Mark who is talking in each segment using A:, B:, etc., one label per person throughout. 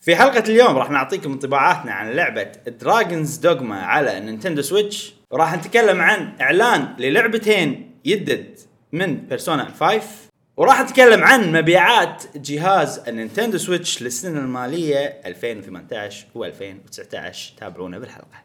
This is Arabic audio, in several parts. A: في حلقة اليوم راح نعطيكم انطباعاتنا عن لعبة دراجونز دوغما على نينتندو سويتش وراح نتكلم عن اعلان للعبتين يدد من بيرسونا 5 وراح نتكلم عن مبيعات جهاز النينتندو سويتش للسنة المالية 2018 و2019 تابعونا بالحلقة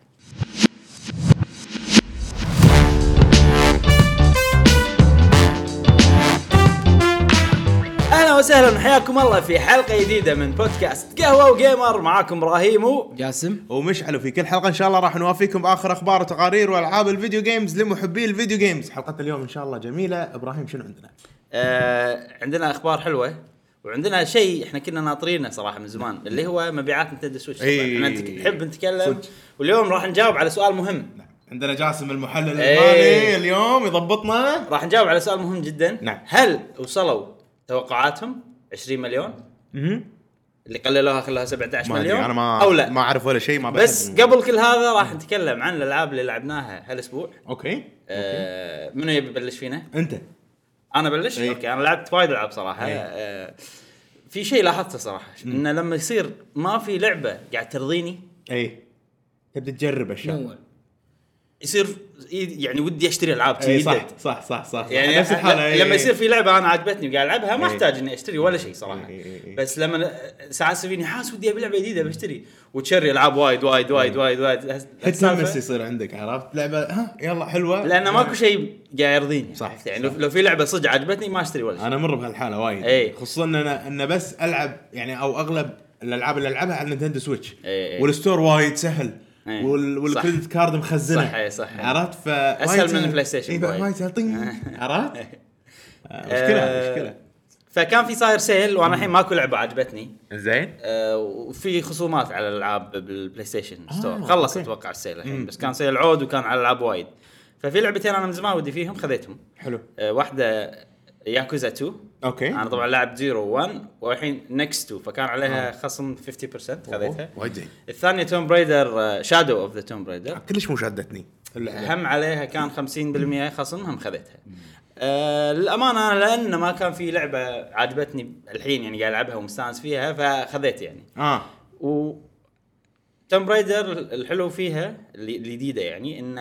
A: اهلا وسهلا حياكم الله في حلقة جديدة من بودكاست قهوة وجيمر معاكم ابراهيم
B: جاسم
C: ومشعل في كل حلقه ان شاء الله راح نوافيكم باخر اخبار وتقارير والعاب الفيديو جيمز لمحبي الفيديو جيمز حلقه اليوم ان شاء الله جميله ابراهيم شنو عندنا
A: آه عندنا اخبار حلوه وعندنا شيء احنا كنا ناطرينه صراحه من زمان اللي هو مبيعات نتندو سويتش طبعاً.
C: إي.
A: احنا نتك- نحب نتكلم
C: صدق.
A: واليوم راح نجاوب على سؤال مهم
C: نعم. عندنا جاسم المحلل
A: إيه.
C: المالي اليوم يضبطنا
A: راح نجاوب على سؤال مهم جدا
C: نعم.
A: هل وصلوا توقعاتهم 20 مليون اللي قللوها خلوها 17
C: ما
A: مليون
C: ادري انا ما
A: او لا
C: ما اعرف ولا شيء ما
A: بس
C: بحث.
A: قبل كل هذا راح نتكلم عن الالعاب اللي لعبناها هالاسبوع
C: اوكي
A: آه منو يبي يبلش فينا؟
C: انت
A: انا بلش
C: إيه.
A: اوكي انا لعبت وايد العاب صراحه
C: إيه.
A: آه في شيء لاحظته صراحه انه لما يصير ما في لعبه قاعد ترضيني
C: اي تبدا تجرب اشياء
A: يصير يعني ودي اشتري العاب
C: اي
A: كذي
C: إيه، صح صح صح صح
A: يعني
C: نفس إيه. الحاله
A: ل-
C: إي.
A: لما يصير في لعبه انا عجبتني وقاعد العبها ما
C: إيه.
A: احتاج اني اشتري ولا شيء صراحه
C: إيه، إيه، إيه.
A: بس لما ساعات يصير فيني حاس ودي ابي لعبه جديده بشتري وتشري العاب وايد وايد وايد
C: إيه.
A: وايد وايد هس-
C: تتمس
A: هالسالفة.
C: يصير عندك عرفت لعبه ها يلا حلوه
A: لانه ماكو شيء قاعد يرضيني
C: صح،
A: عرفت؟ يعني لو- لو في لعبه صدق عجبتني ما اشتري ولا شيء
C: انا امر بهالحاله وايد يعني،
A: إي.
C: خصوصا ان انا ان بس العب يعني او اغلب الالعاب اللي العبها على نينتندو سويتش
A: إي إي.
C: والستور وايد سهل
A: إي.
C: وال... والكريدت كارد مخزنه
A: إيه، صح، إي، صح.
C: عرفت ف
A: أسهل من البلاي ستيشن وايد.
C: اي وايد سهل طين. عرفت آه، مشكله مشكله
A: فكان في صاير سيل وانا الحين ماكو لعبه عجبتني
C: زين
A: آه، وفي خصومات على الالعاب بالبلاي ستيشن
C: آه،
A: ستور خلص
C: أوكي.
A: اتوقع السيل الحين بس كان سيل عود وكان على العاب وايد ففي لعبتين انا من زمان ودي فيهم خذيتهم
C: حلو
A: آه، واحده ياكوزا 2
C: اوكي
A: انا طبعا لاعب زيرو 1 والحين نكست 2 فكان عليها خصم 50% خذيتها
C: آه. أوه، وايد زين
A: الثانيه توم بريدر شادو اوف ذا توم بريدر
C: كلش مو شدتني اللعبة.
A: هم عليها كان 50% خصم هم خذيتها آه للامانه انا لان ما كان في لعبه عجبتني الحين يعني قاعد العبها ومستانس فيها فخذيت يعني
C: اه
A: و توم رايدر الحلو فيها اللي- الجديده يعني ان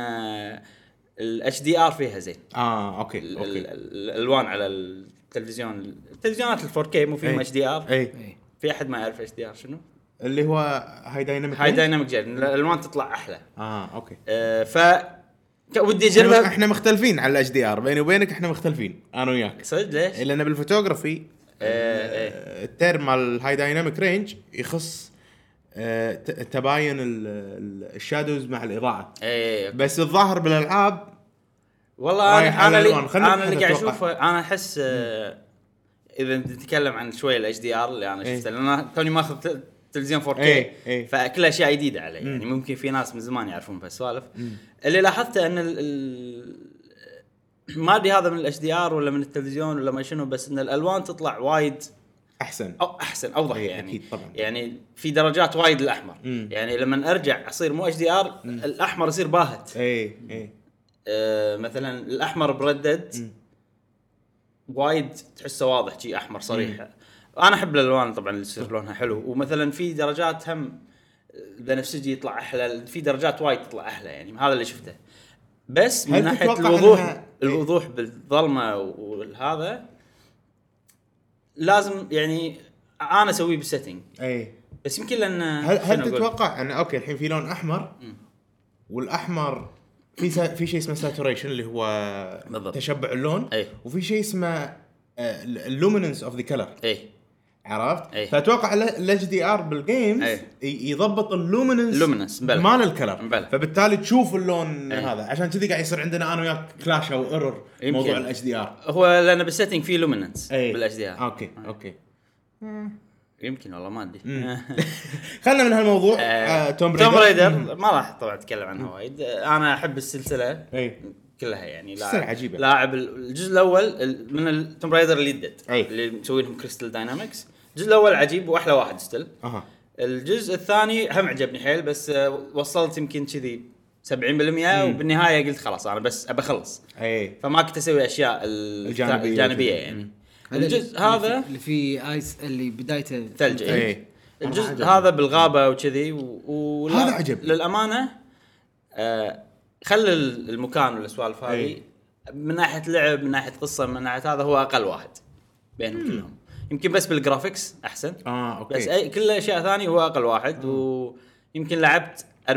A: الاتش دي ار فيها زين
C: اه اوكي
A: ال- ال-
C: اوكي
A: ال- الالوان على التلفزيون التلفزيونات ال 4K مو فيهم
C: أي.
A: اتش دي ار
C: اي
A: في احد ما يعرف اتش دي ار شنو؟
C: اللي هو هاي دايناميك
A: هاي دايناميك جيرن الالوان تطلع احلى
C: اه اوكي
A: آه، ف ك- ودي
C: احنا
A: اجربها
C: احنا مختلفين على الاتش دي ار بيني وبينك احنا مختلفين انا وياك
A: صدق ليش؟
C: لان بالفوتوغرافي
A: إيه،
C: آه، الترم مال الهاي دايناميك رينج يخص آه، ت- تباين ال- ال- الشادوز مع الاضاءه
A: اي
C: بس الظاهر بالالعاب
A: والله
C: رايح
A: انا
C: على
A: انا اللي
C: الألوان. خلنا
A: انا اللي قاعد
C: نتوقع.
A: اشوفه انا احس آه، اذا نتكلم عن شوي الاتش دي ار اللي انا
C: إيه.
A: شفته لان أنا توني ماخذ ت- تلفزيون 4K
C: إيه، إيه.
A: فكل اشياء جديده علي يعني ممكن في ناس من زمان يعرفون بهالسوالف اللي لاحظته ان ال ال- ما ادري هذا من الاتش دي ار ولا من التلفزيون ولا ما شنو بس ان الالوان تطلع وايد
C: احسن
A: او احسن اوضح
C: إيه،
A: يعني
C: أكيد طبعاً.
A: يعني في درجات وايد الاحمر يعني لما ارجع اصير مو اتش دي ار الاحمر يصير باهت
C: اي اي
A: آه، مثلا الاحمر بردد وايد تحسه واضح شي احمر صريح انا احب الالوان طبعا اللي تصير لونها حلو ومثلا في درجات هم بنفسجي يطلع احلى في درجات وايد تطلع احلى يعني هذا اللي شفته بس من
C: هل
A: ناحيه
C: تتوقع إيه.
A: الوضوح
C: أنها-
A: الوضوح بالظلمه والهذا لازم يعني انا اسويه بالسيتنج
C: اي
A: بس يمكن لان
C: إيه. هل
A: شنو
C: هل
A: أقول؟
C: تتوقع ان اوكي الحين في لون احمر والاحمر في سا... في شيء اسمه ساتوريشن اللي هو
A: بالضبط. إيه.
C: تشبع اللون
A: أي.
C: وفي شيء اسمه آه، اللوميننس اوف ذا كلر
A: ايه
C: عرفت؟
A: أي.
C: فاتوقع الاتش دي ار بالجيمز
A: أي.
C: ي- يضبط اللوميننس
A: إيه. Luminance، بلى.
C: مال الكلر
A: بلى.
C: فبالتالي تشوف اللون
A: أي.
C: هذا عشان كذي قاعد يصير عندنا انا وياك كلاش او ايرور
A: يمكن.
C: موضوع الاتش دي ار
A: هو لان بالسيتنج في لوميننس
C: إيه.
A: بالاتش دي ار
C: اوكي اوكي
A: يمكن والله ما ادري
C: خلنا من هالموضوع
A: آه،
C: آه، توم
A: توم
C: بريدر
A: رايدر ما راح طبعا اتكلم عنها وايد آه، انا احب السلسله
C: اي
A: كلها يعني لاعب-
C: سلسلة عجيبة.
A: لاعب ال- الجزء الاول ال- من التوم رايدر اللي دد
C: أي.
A: اللي مسوي لهم كريستال داينامكس الجزء الاول عجيب واحلى واحد ستيل
C: اها
A: الجزء الثاني هم عجبني حيل بس آه، وصلت يمكن كذي 70% وبالنهايه قلت خلاص انا بس ابى اخلص
C: اي
A: فما كنت اسوي اشياء ال-
C: الجانبية.
A: الجانبيه يعني
B: اللي-
A: الجزء هذا
B: اللي فيه ايس اللي بدايته
A: ثلج
C: اي
A: اي
C: مرة
A: الجزء
C: عجبني.
A: هذا بالغابه وكذي و... و...
C: هذا عجبني.
A: للامانه آه خلى ال- المكان والسوالف هذه
C: إي.
A: من ناحيه لعب من ناحيه قصه من ناحيه هذا هو اقل واحد بينهم كلهم يمكن بس بالجرافكس احسن
C: اه اوكي
A: بس اي كل اشياء ثانيه هو اقل واحد ويمكن لعبت 40%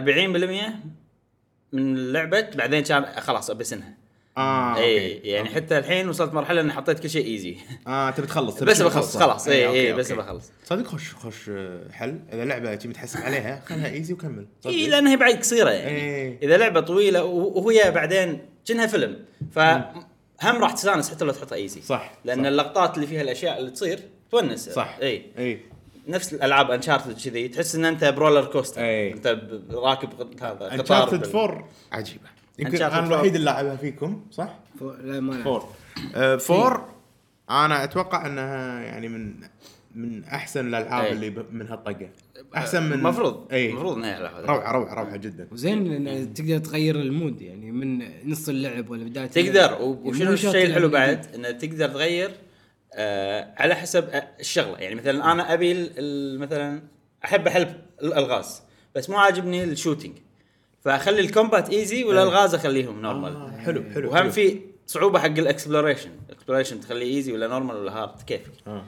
A: من لعبه بعدين كان خلاص ابسنها
C: اه
A: اي
C: اوكي
A: يعني حتى الحين وصلت مرحله ان حطيت كل شيء ايزي
C: اه تبي تخلص تبي
A: بس
C: تشوف
A: بخلص
C: القصة.
A: خلاص اي
C: إيه، أوكي،
A: اي بس
C: أوكي.
A: بخلص
C: صدق خوش خوش آه، حل اذا لعبه تبي تحسن عليها خلها ايزي وكمل صدق. إيه.
A: اي لانها إيه، بعد قصيره يعني
C: إي.
A: اذا لعبه طويله و- وهي بعدين كأنها فيلم فهم راح تستانس حتى لو تحطها ايزي
C: صح،
A: لان
C: صح.
A: اللقطات اللي فيها الاشياء اللي تصير تونس
C: صح إيه.
A: اي
C: اي
A: نفس الالعاب انشارتد كذي تحس ان انت برولر كوستر
C: إي.
A: انت ب- راكب غ- هذا قطار
C: انشارتد
A: بال-
C: 4 عجيبه يمكن
A: Uncharted
C: انا
A: 4.
C: الوحيد اللي لاعبها فيكم صح؟
B: فو- لا ما لعبت.
C: 4 آه، 4 انا اتوقع انها يعني من من احسن الالعاب
A: إي.
C: اللي ب- من هالطقه احسن من إيه.
A: المفروض
C: اي
A: المفروض انها لعبة.
C: روعه روعه روعه جدا
B: وزين لان تقدر تغير المود يعني من نص اللعب ولا بدايه
A: تقدر
B: اللعب.
A: و-
B: يعني مو
A: وشنو
B: شرط
A: الشيء الحلو
B: اللعب
A: بعد
B: الجديد.
A: انه تقدر تغير آه على حسب آه، الشغله يعني مثلا انا ابي ال- ال- مثلا احب احل الالغاز بس مو عاجبني الشوتينج فاخلي الكومبات ايزي والالغاز اخليهم نورمال
C: إيه. آه، حلو حلو
A: وهم
C: حلو.
A: في صعوبه حق الاكسبلوريشن الاكسبلوريشن تخليه ايزي ولا نورمال ولا هارد كيفك
C: آه.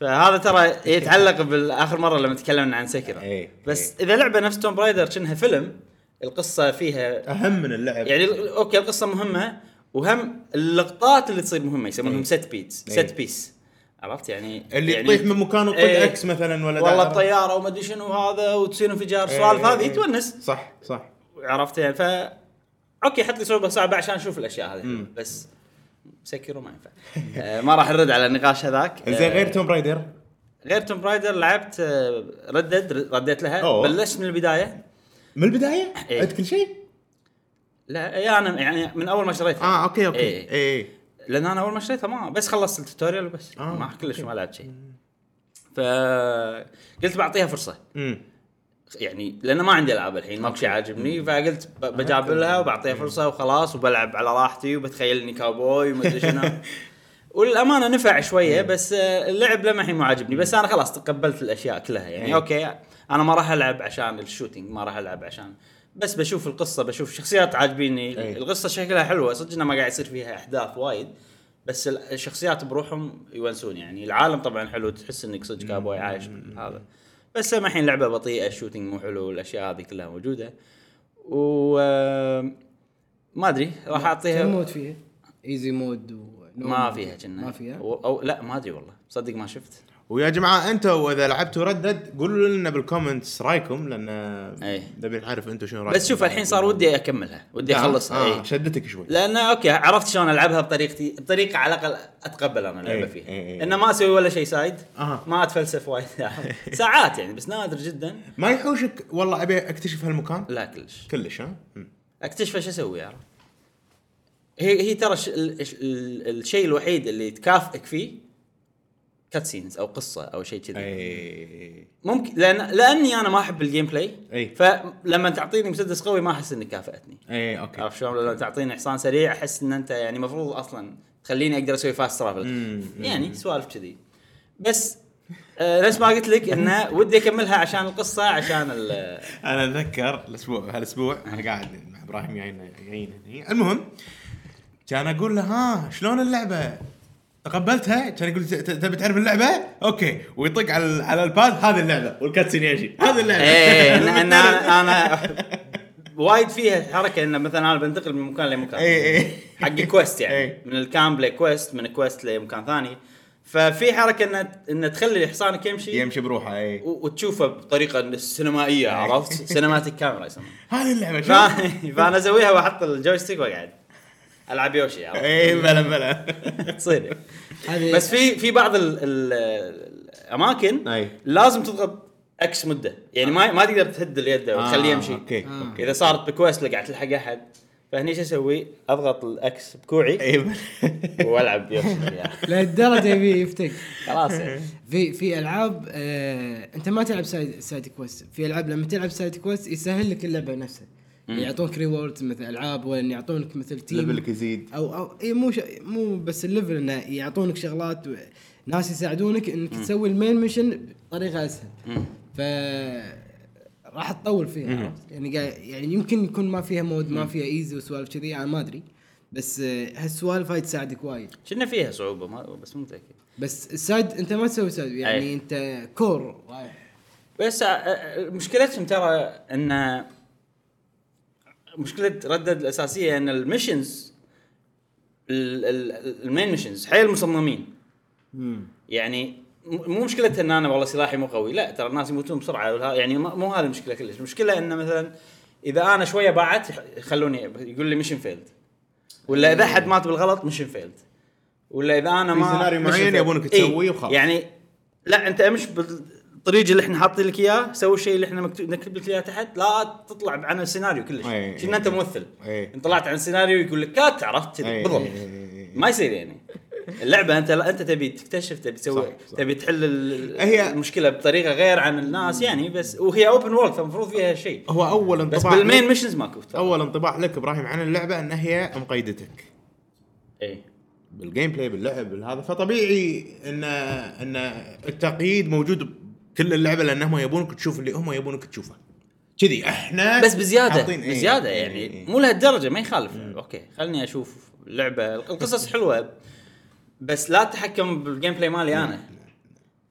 A: فهذا ترى يتعلق بالاخر مره لما تكلمنا عن سكر
C: إيه،
A: بس اذا لعبه نفس توم برايدر شنها فيلم القصه فيها
C: اهم من اللعب
A: يعني ال- اوكي القصه مهمه وهم اللقطات اللي تصير مهمه يسمونهم سيت بيتس
C: إيه.
A: سيت بيس عرفت يعني
C: اللي
A: يعني
C: تطيح من مكان وتطق
A: إيه.
C: اكس مثلا ولا
A: والله
C: دائرة.
A: الطياره وما ادري شنو هذا وتصير انفجار
C: إيه،
A: سوالف
C: إيه،
A: هذه
C: إيه.
A: تونس
C: صح صح
A: عرفت يعني ف اوكي حط لي صعوبه صعبه عشان اشوف الاشياء هذه بس سكروا ما ينفع آه، ما راح نرد على النقاش هذاك آه،
C: زين غير توم رايدر
A: غير توم برايدر لعبت آه، ردد رديت لها
C: أوه.
A: بلشت من البدايه
C: من البدايه
A: إيه.
C: عد كل شيء
A: لا إيه، انا يعني من اول ما شريتها
C: اه اوكي اوكي
A: إيه.
C: اي إيه.
A: لان انا اول ما اشتريتها ما بس خلصت التوتوريال وبس
C: آه،
A: ما كلش ما لعبت شيء فقلت بعطيها فرصه
C: امم
A: يعني لان ما عندي العاب الحين ماكو شيء عاجبني فقلت ب- بجابلها وبعطيها فرصه وخلاص وبلعب على راحتي وبتخيل اني كاوبوي وما ادري شنو وللامانه نفع شويه بس آه، اللعب لما الحين مو عاجبني بس انا خلاص تقبلت الاشياء كلها يعني
C: إيه.
A: اوكي انا ما راح العب عشان الشوتينج ما راح العب عشان بس بشوف القصه بشوف شخصيات عاجبيني
C: إيه.
A: القصه شكلها حلوه صدق انه ما قاعد يصير فيها احداث وايد بس ال- الشخصيات بروحهم يونسون يعني العالم طبعا حلو تحس انك صدق كابوي عايش هذا بس لما الحين لعبه بطيئه الشوتينج مو حلو الاشياء هذه كلها موجوده و آه، ما ادري راح
B: كم
A: اعطيها
B: مود فيها؟ ايزي مود و
A: ما فيها كنا
B: ما فيها؟
A: و- او لا ما ادري والله صدق ما شفت
C: ويا جماعه انتم اذا لعبتوا ردد قولوا لنا بالكومنتس رايكم لان
A: إيه.
C: نبي نعرف انتم شنو رايكم
A: بس شوف الحين إيه. صار ودي اكملها ودي اخلصها
C: آه.
A: اي
C: شدتك شوي
A: لان اوكي عرفت شلون العبها بطريقتي بطريقه على الاقل اتقبل انا اللعبه
C: إيه،
A: فيها
C: إيه، إيه.
A: انه ما اسوي ولا شيء سايد
C: أها.
A: ما اتفلسف وايد ساعات يعني بس نادر جدا
C: ما يحوشك والله ابي اكتشف هالمكان
A: لا كلش
C: كلش ها مم.
A: اكتشف ايش اسوي عرفت هي هي ترى ش... ال... ش... ال... الشيء الوحيد اللي تكافئك فيه كاتسينز او قصه او شيء
C: إيه.
A: كذي
C: اي
A: ممكن لان لاني انا ما احب الجيم بلاي
C: إي.
A: فلما تعطيني مسدس قوي ما احس انك كافاتني
C: اي اوكي
A: عرفت شلون لما تعطيني حصان سريع احس ان انت يعني المفروض اصلا تخليني اقدر اسوي فاست ترافل
C: مم.
A: يعني سوالف كذي بس آه نفس ما قلت لك انه ودي اكملها عشان القصه عشان ال-
C: انا اتذكر الاسبوع هالاسبوع انا قاعد مع ابراهيم جاينا جاينا هني المهم كان اقول له ها شلون اللعبه؟ تقبلتها كان يقول ت- ت- تبي تعرف اللعبه؟ اوكي ويطق على على الباد هذه اللعبه والكاتسين يجي هذه نعم. اللعبه
A: ايه إن- إن انا انا وايد فيها حركه انه مثلا انا بنتقل من مكان لمكان
C: إي إي.
A: حق كويست يعني
C: إي.
A: من الكامب لكويست من كويست لمكان ثاني ففي حركه انه انه تخلي حصانك يمشي
C: يمشي بروحه إيه. اي
A: و- وتشوفه بطريقه سينمائيه عرفت؟ سينماتيك كاميرا يسمونها
C: هذه اللعبه شوف
A: ف- فانا اسويها واحط الجويستيك واقعد العب يوشي عرفت؟
C: اي إيه، بلا بلا
A: تصير
B: هذه
A: بس في في بعض ال ال الاماكن
C: أي.
A: لازم تضغط اكس مده يعني ما ما تقدر تهد اليد وتخليه يمشي
C: اوكي
B: آه.
C: اوكي
A: اذا صارت بكويست لقعت الحق احد فهني شو اسوي؟ اضغط الاكس بكوعي
C: اي إيه، بلا.
A: والعب يوشي
B: لهالدرجه يبي يفتك
A: خلاص يعني.
B: في في العاب آه انت ما تلعب سايد سايد كويست في العاب لما تلعب سايد كويست يسهل لك اللعبه نفسها يعني يعطونك ريوردز مثل العاب ولا يعطونك مثل تيم
C: ليفلك يزيد
B: او او اي إيه، مو ش... مو بس الليفل انه يعطونك شغلات و... ناس يساعدونك انك تسوي المين ميشن بطريقه اسهل ف راح تطول فيها عرفت؟ يعني قاعد- يعني يمكن يكون ما فيها مود ما فيها ايزي وسوالف كذي انا ما ادري بس آه، هالسوالف هاي تساعدك وايد
A: كنا فيها صعوبه ما بس مو متاكد
B: بس السايد انت ما تسوي سايد يعني
A: أي.
B: انت كور رايح
A: بس آه، آه، مشكلتهم ترى ان مشكله ردد الاساسيه ان المشنز ال- ال- المين مشنز حيل مصممين يعني م- مو مشكلة ان انا والله سلاحي مو قوي لا ترى الناس يموتون بسرعه ولا- يعني ما- مو هذه المشكله كلش المشكله ان مثلا اذا انا شويه باعت يح- يخلوني يقول لي ميشن فيلد ولا اذا احد مات بالغلط ميشن فيلد ولا اذا انا
C: في
A: ما
C: سيناريو
A: mission
C: معين
A: failed.
C: يبونك
A: إي،
C: تسويه وخلاص.
A: يعني لا انت امش بالطريق اللي احنا حاطين لك اياه سوي الشيء اللي احنا مكتوب نكتب لك اياه تحت لا تطلع عن السيناريو كلش
C: إي.
A: كنا انت ممثل
C: إي.
A: انت طلعت عن السيناريو يقول لك كات عرفت كذي
C: إي.
A: بالضبط
C: إيه،
A: ما يصير يعني اللعبه انت انت تبي تكتشف تبي تسوي
C: صح، صح.
A: تبي تحل ال-
C: هي-
A: المشكله بطريقه غير عن الناس يعني بس وهي اوبن وورلد فالمفروض فيها شيء
C: هو اول
A: بس
C: انطباع
A: بالمين ميشنز ماكو ترى.
C: اول انطباع لك ابراهيم عن اللعبه ان هي مقيدتك
A: اي
C: بالجيم بلاي باللعب بالهذا فطبيعي ان ان التقييد موجود بكل اللعبه لانهم يبونك تشوف اللي هم يبونك تشوفه كذي احنا
A: بس بزياده
C: حاطين- إيه،
A: بزياده
C: إيه،
A: يعني
C: إيه.
A: مو لهالدرجه ما يخالف اوكي خلني اشوف اللعبه القصص حلوه بس لا تحكم بالجيم بلاي مالي انا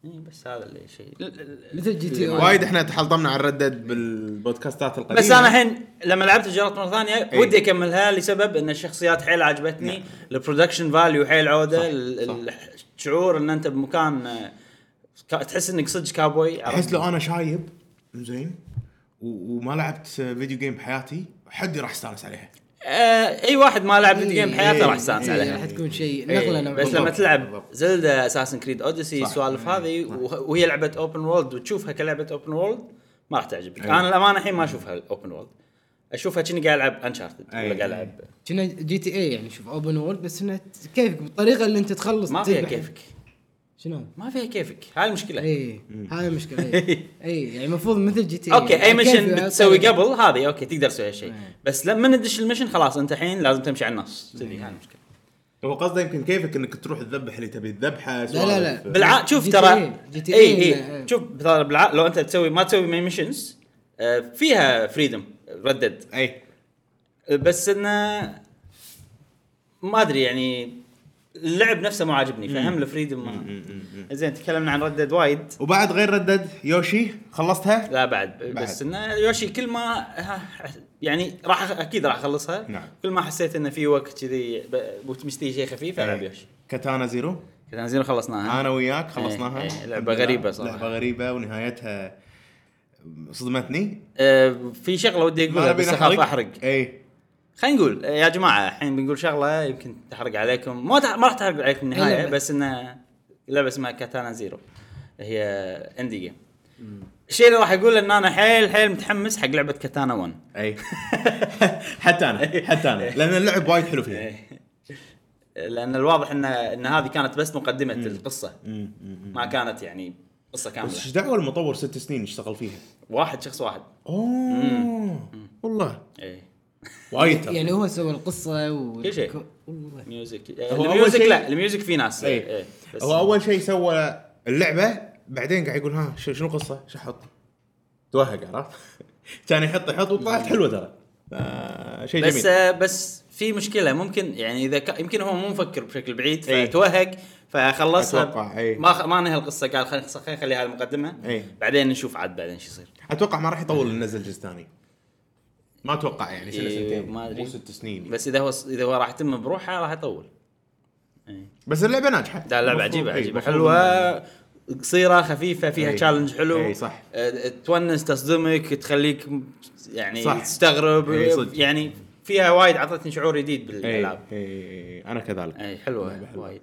A: إي، بس هذا اللي شيء ال- ال-
B: مثل جي تي او
C: وايد احنا تحلطمنا على ردد بالبودكاستات القديمه
A: بس انا الحين لما لعبت جربت مره ثانيه
C: إي.
A: ودي اكملها لسبب ان الشخصيات حيل عجبتني البرودكشن فاليو حيل عوده ال-
C: نعم.
A: ال-
C: صح.
A: الشعور ان انت بمكان آه، كا- تحس انك صدق كابوي عرفت؟
C: احس لو انا شايب زين و- وما لعبت فيديو جيم بحياتي حدي راح استانس عليها
A: آه، اي واحد ما لعب
C: إيه،
A: فيديو جيم بحياته
C: إي.
A: راح يستانس
C: إي.
A: عليها
B: إيه، راح تكون شيء
A: إيه،
B: نقله نوعا
A: بس لما
B: ما.
C: بالضبط،
A: تلعب
C: بالضبط.
A: زلدا اساسن كريد اوديسي
C: صح.
A: السوالف هذه وه- وهي لعبه اوبن وورلد وتشوفها كلعبه اوبن وورلد ما راح تعجبك
C: أيوة.
A: انا الامانه الحين ما اشوفها اوبن وورلد اشوفها كأني قاعد العب انشارتد ولا
C: أيوة.
A: قاعد العب
B: كنا جي تي اي يعني شوف اوبن وورلد بس انه ت- كيفك بالطريقه اللي انت تخلص
A: ما فيها
B: تذبح.
A: كيفك
B: شنو؟ إيه،
A: ما فيها كيفك هاي المشكله
B: اي هاي المشكله اي اي يعني المفروض مثل جي تي يعني
A: اوكي اي ميشن بتسوي قبل هذه اوكي تقدر تسوي هالشيء بس لما ندش المشن خلاص انت الحين لازم تمشي على النص كذي هاي المشكله
C: إيه. هو قصده يمكن كيفك انك تروح تذبح اللي تبي تذبحه
B: لا، لا.
C: سوالف.
A: بالع شوف
B: GTA
A: ترى
B: GTA
A: اي اي
B: إنه-
A: شوف ترى بالع لو انت تسوي ما تسوي ميشنز فيها فريدم ردد
C: اي
A: بس انه ما ادري يعني اللعب نفسه مو عاجبني فهم الفريدم ما زين تكلمنا عن ردد وايد
C: وبعد غير ردد يوشي خلصتها؟
A: لا بعد بس
C: بعد.
A: انه يوشي كل ما ها- يعني راح اكيد راح اخلصها
C: نعم.
A: كل ما حسيت انه في وقت كذي ب- بتمشتي شيء خفيف العب
C: إيه.
A: يوشي
C: كاتانا زيرو
A: كذا زين خلصناها
C: انا وياك خلصناها
A: إيه، إيه، لعبة
C: الحمد لله.
A: غريبة صراحة.
C: لعبه غريبه ونهايتها صدمتني
A: آه في شغله ودي
C: ما
A: اقولها
C: نبي
A: بس اخاف احرق
C: اي
A: خلينا نقول آه، يا جماعه الحين بنقول شغله يمكن تحرق عليكم ما تح... ما راح تحرق عليكم النهايه
B: اللعبة.
A: بس انه لعبه اسمها كاتانا زيرو هي اندي جيم الشيء اللي راح اقوله ان انا حيل حيل متحمس حق لعبه كاتانا 1
C: اي حتى انا حتى انا لان اللعب وايد حلو فيها
A: لان الواضح ان ان هذه كانت بس مقدمه القصه
C: مم، مم، مم.
A: ما كانت يعني قصه كامله
C: بس ايش دعوه المطور ست سنين يشتغل فيها؟
A: واحد شخص واحد إيه.
C: اوه والله
A: اي
C: وايد ترى.
B: يعني هو سوى القصه و
A: كل شيء.
B: والله
A: ميوزك
C: هو أول
A: الميوزك
C: شيء-
A: لا الميوزك في ناس
C: اي
A: اي بس
C: هو اول شيء سوى اللعبه بعدين قاعد يقول ها شو- شنو القصه؟ شو احط؟ توهق عرفت؟ كان يحط يحط وطلعت حلوه ترى آه، شيء
A: بس
C: جميل
A: آه بس في مشكله ممكن يعني اذا ك... يمكن هو مو مفكر بشكل بعيد
C: إيه.
A: فتوهق فخلصها
C: أتوقع، إيه.
A: ما خ... ما نهى القصه قال خلينا خلينا نخليها المقدمه
C: إيه.
A: بعدين نشوف عاد بعدين شو يصير
C: اتوقع ما راح يطول النزل جزء ثاني ما اتوقع يعني سنه
A: إيه،
C: سنتين
A: ما أدري.
C: مو ست سنين بس,
A: بس اذا هو اذا هو راح يتم بروحه راح يطول
C: بس اللعبه ناجحه
A: ده لعبه
C: المفروض-
A: عجيبه
C: إيه،
A: عجيبه
C: المفروض
A: حلوه قصيره خفيفه فيها
C: إيه.
A: تشالنج حلو
C: إيه، صح.
A: آه، تونس تصدمك تخليك م- يعني
C: صح.
A: تستغرب
C: إيه، صدق.
A: يعني فيها وايد اعطتني شعور جديد
C: إن- إيه،
A: بالالعاب
C: إيه، انا كذلك
A: اي حلوه
C: لعبة حلوة.
A: وايد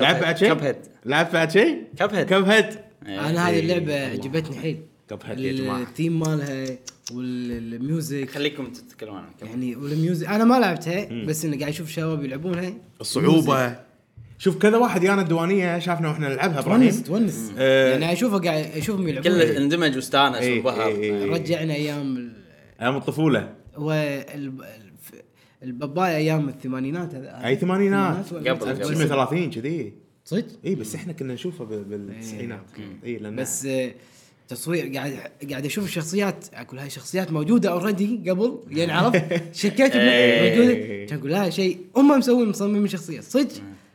C: لعبت بعد شيء؟
A: كب هيد
C: لعبت بعد شيء؟
A: كب هيد
C: كب هيد
B: انا هذه
C: إيه،
B: اللعبه
C: والله.
B: عجبتني حيل
C: كب هيد يا جماعه
B: الثيم مالها والميوزك
A: خليكم تتكلمون عنها كمل.
B: يعني والميوزك انا ما لعبتها بس اني قاعد اشوف شباب يلعبونها
C: الصعوبه شوف كذا واحد يانا الديوانيه شافنا واحنا نلعبها
B: تونس
C: ابراهيم
B: تونس
A: إيه.
C: آه.
B: يعني اشوفه قاعد اشوفهم
A: كله
B: يلعبون
A: اندمج واستانس
C: إيه،
A: وانبهر
C: إيه، إيه.
B: رجعنا ايام ال-
C: ايام الطفوله
B: والب... الباباي ايام الثمانينات هذا
C: اي ثمانينات
B: ولا-
A: قبل- قبل.
C: 1930 كذي
B: صدق
C: اي بس احنا كنا نشوفه بال- بالتسعينات اي لان
B: بس آه، تصوير قاعد قاعد اشوف الشخصيات اقول هاي شخصيات موجوده اوريدي قبل يعني عرفت شكيت
A: إيه.
B: إنها موجوده كان اقول لا شيء هم مسوين مصممين شخصيه صدق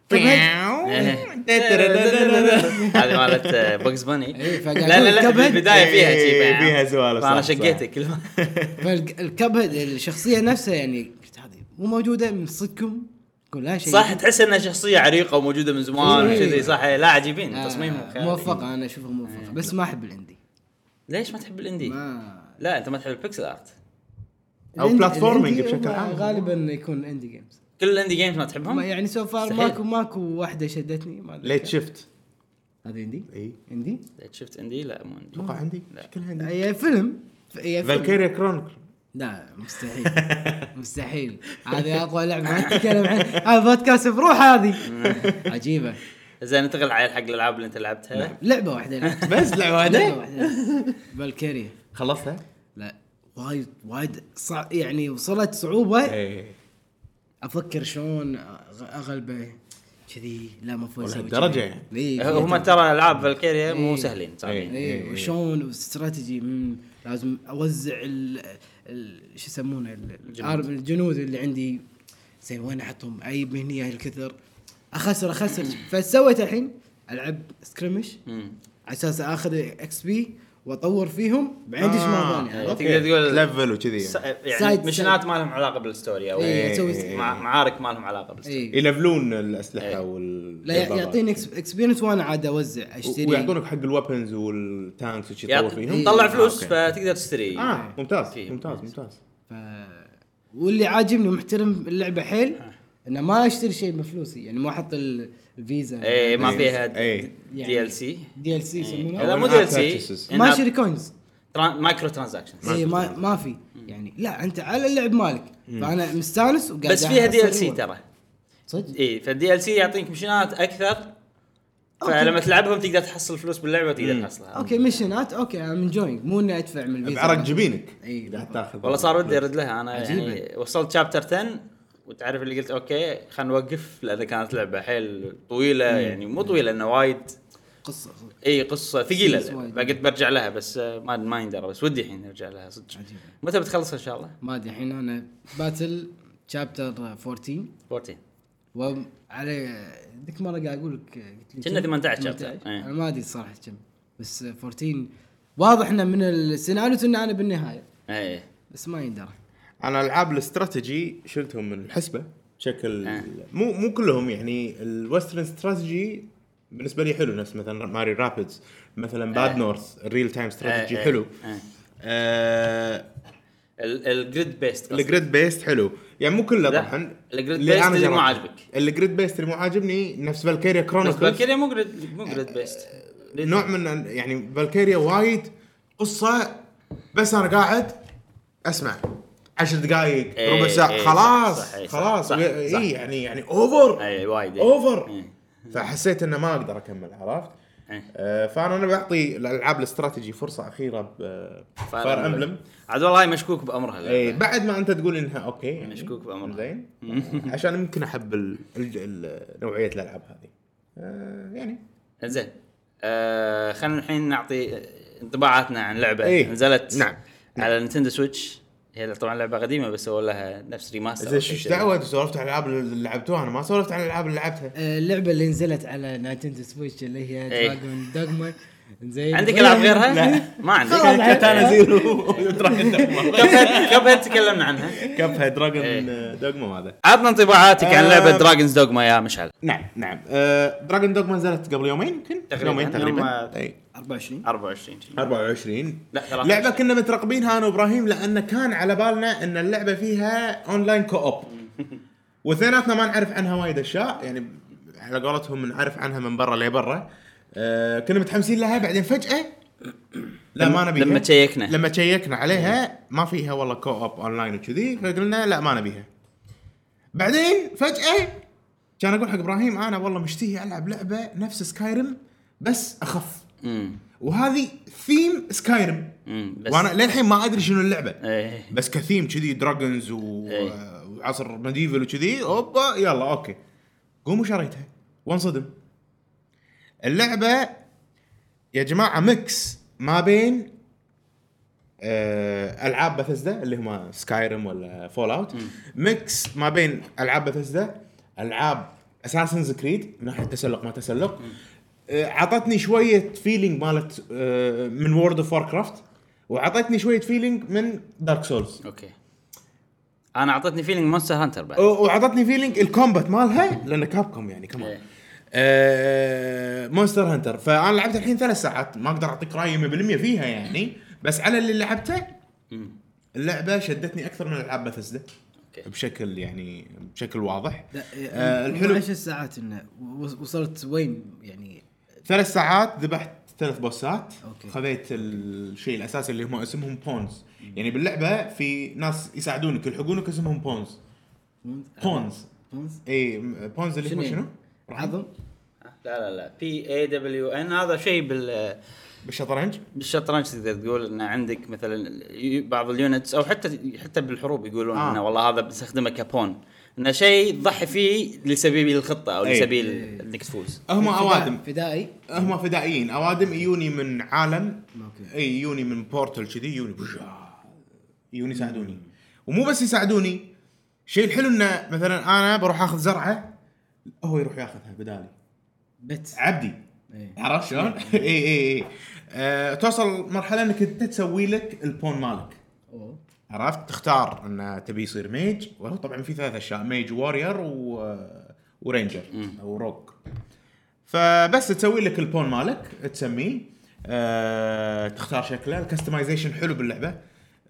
C: طيب.
A: طيب.
B: طيب، كبهج
A: يعني هذه مالت بوكس باني
B: إيه،
A: لا
B: فقاعد
A: لا لا
B: يقول كبد.
A: بالبدايه فيها شي يعني.
C: إيه، فيها سوالف،
A: فانا
C: صح،
A: شقيتك
C: صح.
A: كل ما
B: فالكبهج الشخصيه نفسها يعني قلت هذه مو موجوده من صدقكم اقول لا شيء
A: صح تحس انها شخصيه عريقه وموجوده من زمان
B: إيه.
A: وكذي صح لا عجيبين
B: آه،
A: تصميمهم إيه. خيالي.
B: موفقه انا اشوفها موفقه بس ما احب الاندي
A: ليش ما تحب الاندي؟
B: ما
A: لا انت ما تحب البكسل ارت
C: إيه. أو
B: الإندي-
C: بلاتفورمينج
B: الإندي
C: بشكل
B: هم
C: عام.
B: غالبا يكون اندي جيمز
A: كل الاندي جيمز ما
C: نعم.
A: تحبهم؟
B: ما يعني سو فار
A: مستحيل.
B: ماكو ماكو واحده شدتني ما أدري.
C: ليت شفت
B: هذه اندي
C: اي
B: اندي
A: ليت شفت اندي لا مو اندي
C: اتوقع عندي
A: لا.
C: شكلها عندي
B: هي فيلم هي فيلم
C: فالكيريا كرونيكل
B: لا مستحيل مستحيل هذه اقوى لعبه ما تتكلم عنها هذا بودكاست بروح هذه عجيبه
A: زين ننتقل عيل حق الالعاب اللي انت لعبتها
B: لعبه واحده لعبتها.
C: بس لعبه
B: لعبه
C: واحده
B: واحده فالكيريا
C: خلصتها؟
B: لا وايد وايد صع... يعني وصلت صعوبه
C: ايه
B: افكر شلون أغ- اغلبه كذي لا ما فوز إيه،
C: ولهالدرجة يعني.
A: هم ترى العاب فالكيريا مو سهلين صعبين
C: إيه.
B: اي وشلون واستراتيجي مم، لازم اوزع ال ال- شو يسمونه ال- العرب الجنود اللي عندي زين وين احطهم اجيب من هني الكثر اخسر اخسر فسويت الحين العب سكريمش
A: مم.
B: على اساس اخذ اكس بي واطور فيهم بعدين
C: آه،
B: ادش مره ثانيه عرفت؟
A: تقدر تقول-
C: ليفل وكذي
A: س-
C: يعني.
A: يعني
B: سايد-
A: مشنات ما لهم علاقه بالستوري او
B: اي
C: إيه.
B: اسوي
A: مع- معارك ما لهم علاقه بالستوري
B: اي
C: يلفلون الاسلحه
B: إيه. لا
C: وال
B: يعطيني اكسبيرينس وانا عاد اوزع اشتري
C: ويعطونك حق الويبنز والتانكس
B: إيه.
C: وشي تطور
A: يعطي-
C: فيهم
A: نطلع فلوس
C: آه، أوكي.
A: فتقدر تشتري
B: آه.
C: اه ممتاز
A: فيه.
C: ممتاز ممتاز
B: ف... واللي عاجبني ومحترم اللعبه حيل
C: آه.
B: انه ما اشتري شيء بفلوسي يعني ما احط ال- الفيزا
A: اي ما فيها
C: إيه.
A: دي ال سي
B: دي ال سي
A: لا
B: يسمونها
A: مو
C: أو
A: دي ال
C: in-app purchases.
A: سي
B: يعني إيه. ما اشتري كوينز
A: مايكرو ترانزاكشنز
B: اي ما ما في يعني لا انت على اللعب مالك فانا مستانس وقاعد
A: بس فيها دي ال سي
B: أحصل
A: ترى إيه،
B: صدق
A: اي فالدي ال سي يعطيك مشنات اكثر فلما تلعبهم تقدر تحصل فلوس باللعبه وتقدر
C: مم.
A: تحصلها
B: اوكي مشنات اوكي ام انجوينج مو اني ادفع من الفيزا
C: بعرق جبينك
B: إي.
A: إيه،
C: لا تاخذ
A: والله صار ودي ارد لها انا يعني
B: عجيبة.
A: وصلت شابتر 10 وتعرف اللي قلت اوكي خلينا نوقف لان كانت لعبه حيل طويله يعني مو طويله انه وايد
B: قصه
A: اي قصه ثقيله
B: سيريس وايد.
A: فقلت برجع لها بس آه، ما ما يندرى بس ودي الحين ارجع لها صدق
B: عجيبة.
A: متى بتخلص ان شاء الله؟
B: ما ادري الحين انا باتل شابتر 14
A: 14
B: وعلى ذيك مره قاعد اقول لك قلت لي
A: كنا
B: كم؟
A: 18 شابتر. ايه.
B: انا ما ادري صراحه كم بس 14 واضح انه من السيناريو ان انا بالنهايه
A: اي
B: بس ما يندرى
C: انا العاب الاستراتيجي شلتهم من الحسبه بشكل
A: آه.
C: مو مو كلهم يعني الويسترن استراتيجي بالنسبه لي حلو نفس مثلا ماري رابيدز مثلا باد نورث الريل تايم استراتيجي
A: آه.
C: حلو
A: آه.
C: آه
A: الجريد بيست
C: الجريد بيست حلو يعني مو كله
A: لا،
C: طبعا
A: الجريد
C: اللي
A: بيست
C: أنا
A: اللي مو
C: جربته.
A: عاجبك.
C: الجريد بيست اللي مو عاجبني نفس فالكيريا
A: بس
C: كرونيكلز
A: فالكيريا مو جريد مو جريد بيست
C: آه، نوع من يعني فالكيريا وايد قصه بس انا قاعد اسمع عشر دقائق
A: إيه،
C: ربع ساعه
A: إيه، صح،
C: خلاص
A: صح، إيه، صح،
C: خلاص
A: صح، صح.
C: اي يعني يعني اوفر
A: اي وايد إيه.
C: اوفر
A: إيه.
C: فحسيت انه ما اقدر اكمل عرفت
A: إيه.
C: آه، فانا انا بعطي الالعاب الاستراتيجي فرصه اخيره ب فاير امبلم
A: عاد والله مشكوك بامرها اللعبة.
C: اي بعد ما انت تقول انها اوكي يعني
A: إيه. مشكوك بأمرها.
C: زين عشان يمكن احب ال- ال- ال- نوعيه الالعاب هذه آه، يعني
A: زين آه خلينا الحين نعطي آه، انطباعاتنا عن لعبه
C: إيه.
A: نزلت
C: نعم.
A: على نينتندو سويتش هي طبعا لعبه قديمه بس سووا لها نفس ريماستر
C: زين ايش دعوه أنتوا سولفت عن الالعاب اللي لعبتوها انا ما سولفت عن الالعاب اللي لعبتها
B: آه، اللعبه اللي نزلت على نينتندو سويتش اللي هي
A: إيه.
B: دراجون دوجما زين
A: عندك العاب غيرها؟ ما عندك
B: خلاص.
A: كم
B: طبعاً.
C: كاتانا زيرو دراجون
A: هيد- كم هيد تكلمنا عنها
C: كب هيد
A: إيه.
C: دراجون دوجما هذا
A: عطنا انطباعاتك عن لعبه
C: آه.
A: دراجونز دوغما يا مشعل
C: نعم نعم دراجون دوجما نزلت قبل يومين يمكن
A: تقريباً.
C: يومين طيب.
A: يوم-
C: تقريبا اي
B: 24
A: 24
C: 24
A: لا، 23.
C: لعبه كنا مترقبينها انا وابراهيم لان كان على بالنا ان اللعبه فيها اونلاين كو اوب واثنيناتنا ما نعرف عنها وايد اشياء يعني على قولتهم نعرف عنها من برا لبرا آه كنا متحمسين لها بعدين فجاه لا ما نبيها
A: لما تشيكنا.
C: لما تشيكنا
A: إيه.
C: عليها ما فيها والله كو اوب اونلاين وكذي فقلنا لا ما نبيها بعدين فجاه كان اقول حق ابراهيم انا والله مشتهي العب لعبه نفس سكايرم بس اخف
A: امم
C: وهذه ثيم سكايرم
A: امم بس
C: وانا للحين ما ادري شنو اللعبه
A: إيه.
C: بس كثيم كذي دراجونز و...
A: إيه.
C: وعصر ميديفل وكذي اوبا يلا اوكي قوم وشريتها وانصدم اللعبه يا جماعه ميكس ما بين آه، العاب بثزدا اللي هم سكايرم ولا فول اوت ميكس ما بين العاب بثزدا العاب اساسنز كريد من ناحيه تسلق ما تسلق آه، عطتني شويه فيلينج مالت آه، من وورد اوف وار كرافت وعطتني شويه فيلينج من دارك سولز
A: اوكي انا اعطتني فيلينج مونستر هانتر بعد
C: وعطتني فيلينج الكومبات مالها لان كابكم يعني كمان
A: إيه.
C: آه، مونستر هانتر فانا لعبت الحين ثلاث ساعات ما اقدر اعطيك راي 100% فيها يعني بس على اللي لعبته اللعبه شدتني اكثر من العاب بثزدا
A: اوكي
C: بشكل يعني بشكل واضح
B: لا
C: آه،
B: الحلو
C: الحلو
B: 10 ساعات انه وص- وصلت وين يعني
C: ثلاث ساعات ذبحت ثلاث بوسات
B: أوكي.
C: خذيت الشيء الاساسي اللي هم اسمهم بونز يعني باللعبه في ناس يساعدونك يلحقونك اسمهم بونز بونز
B: بونز؟
C: اي بونز اللي هم
B: شنو؟
C: شنو؟
B: عظم
A: لا لا لا بي اي دبليو ان هذا شيء بال
C: بالشطرنج
A: بالشطرنج تقدر تقول ان عندك مثلا ي- بعض اليونتس او حتى حتى بالحروب يقولون
C: آه.
A: آه. انه والله هذا بنستخدمه كبون انه شيء تضحي فيه لسبيل الخطه او
C: أي.
A: لسبيل انك تفوز
C: هم
B: فداء-
C: اوادم
B: فدائي
C: هم فدائيين اوادم يجوني من عالم
B: أوكي.
C: اي يجوني من بورتل كذي يجوني بشا- يجوني يساعدوني ومو بس يساعدوني الشيء الحلو انه مثلا انا بروح اخذ زرعه هو يروح ياخذها بدالي
B: بت
C: عبدي
B: إيه.
C: عرفت شلون؟ اي اي اي آه، توصل مرحله انك انت تسوي لك البون مالك
B: أوه.
C: عرفت تختار ان تبي يصير ميج وهو طبعا في ثلاث اشياء ميج وورير و... ورينجر او روك فبس تسوي لك البون مالك تسميه أه... تختار شكله الكستمايزيشن حلو باللعبه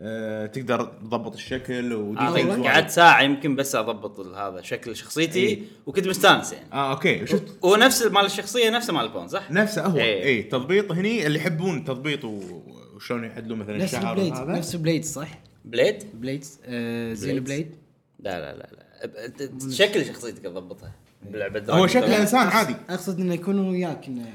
C: أه... تقدر تضبط الشكل وديتيلز
A: أنا
C: وايد.
A: آه، طيب، قعدت ساعه يمكن بس اضبط ال- هذا شكل شخصيتي
C: إي.
A: وكنت مستانس يعني
C: اه اوكي شفت
A: ونفس مال الشخصيه نفسه مال البون صح؟
C: نفسه هو اي
A: إيه.
C: إيه. تضبيط هني اللي يحبون تضبيط و... وشلون يعدلون مثلا
B: نفس
C: الشعر
B: بليد
C: هذا
B: نفس بليد صح؟
A: بليد؟
B: بليد آه زين
A: بليد.
B: بليد
A: لا لا لا, لا. ب- ت- ت- شكل شخصيتك تضبطها بلعبه
C: هو
A: دراجون
C: شكله
A: دوغما.
C: انسان عادي
B: اقصد انه يكون وياك انه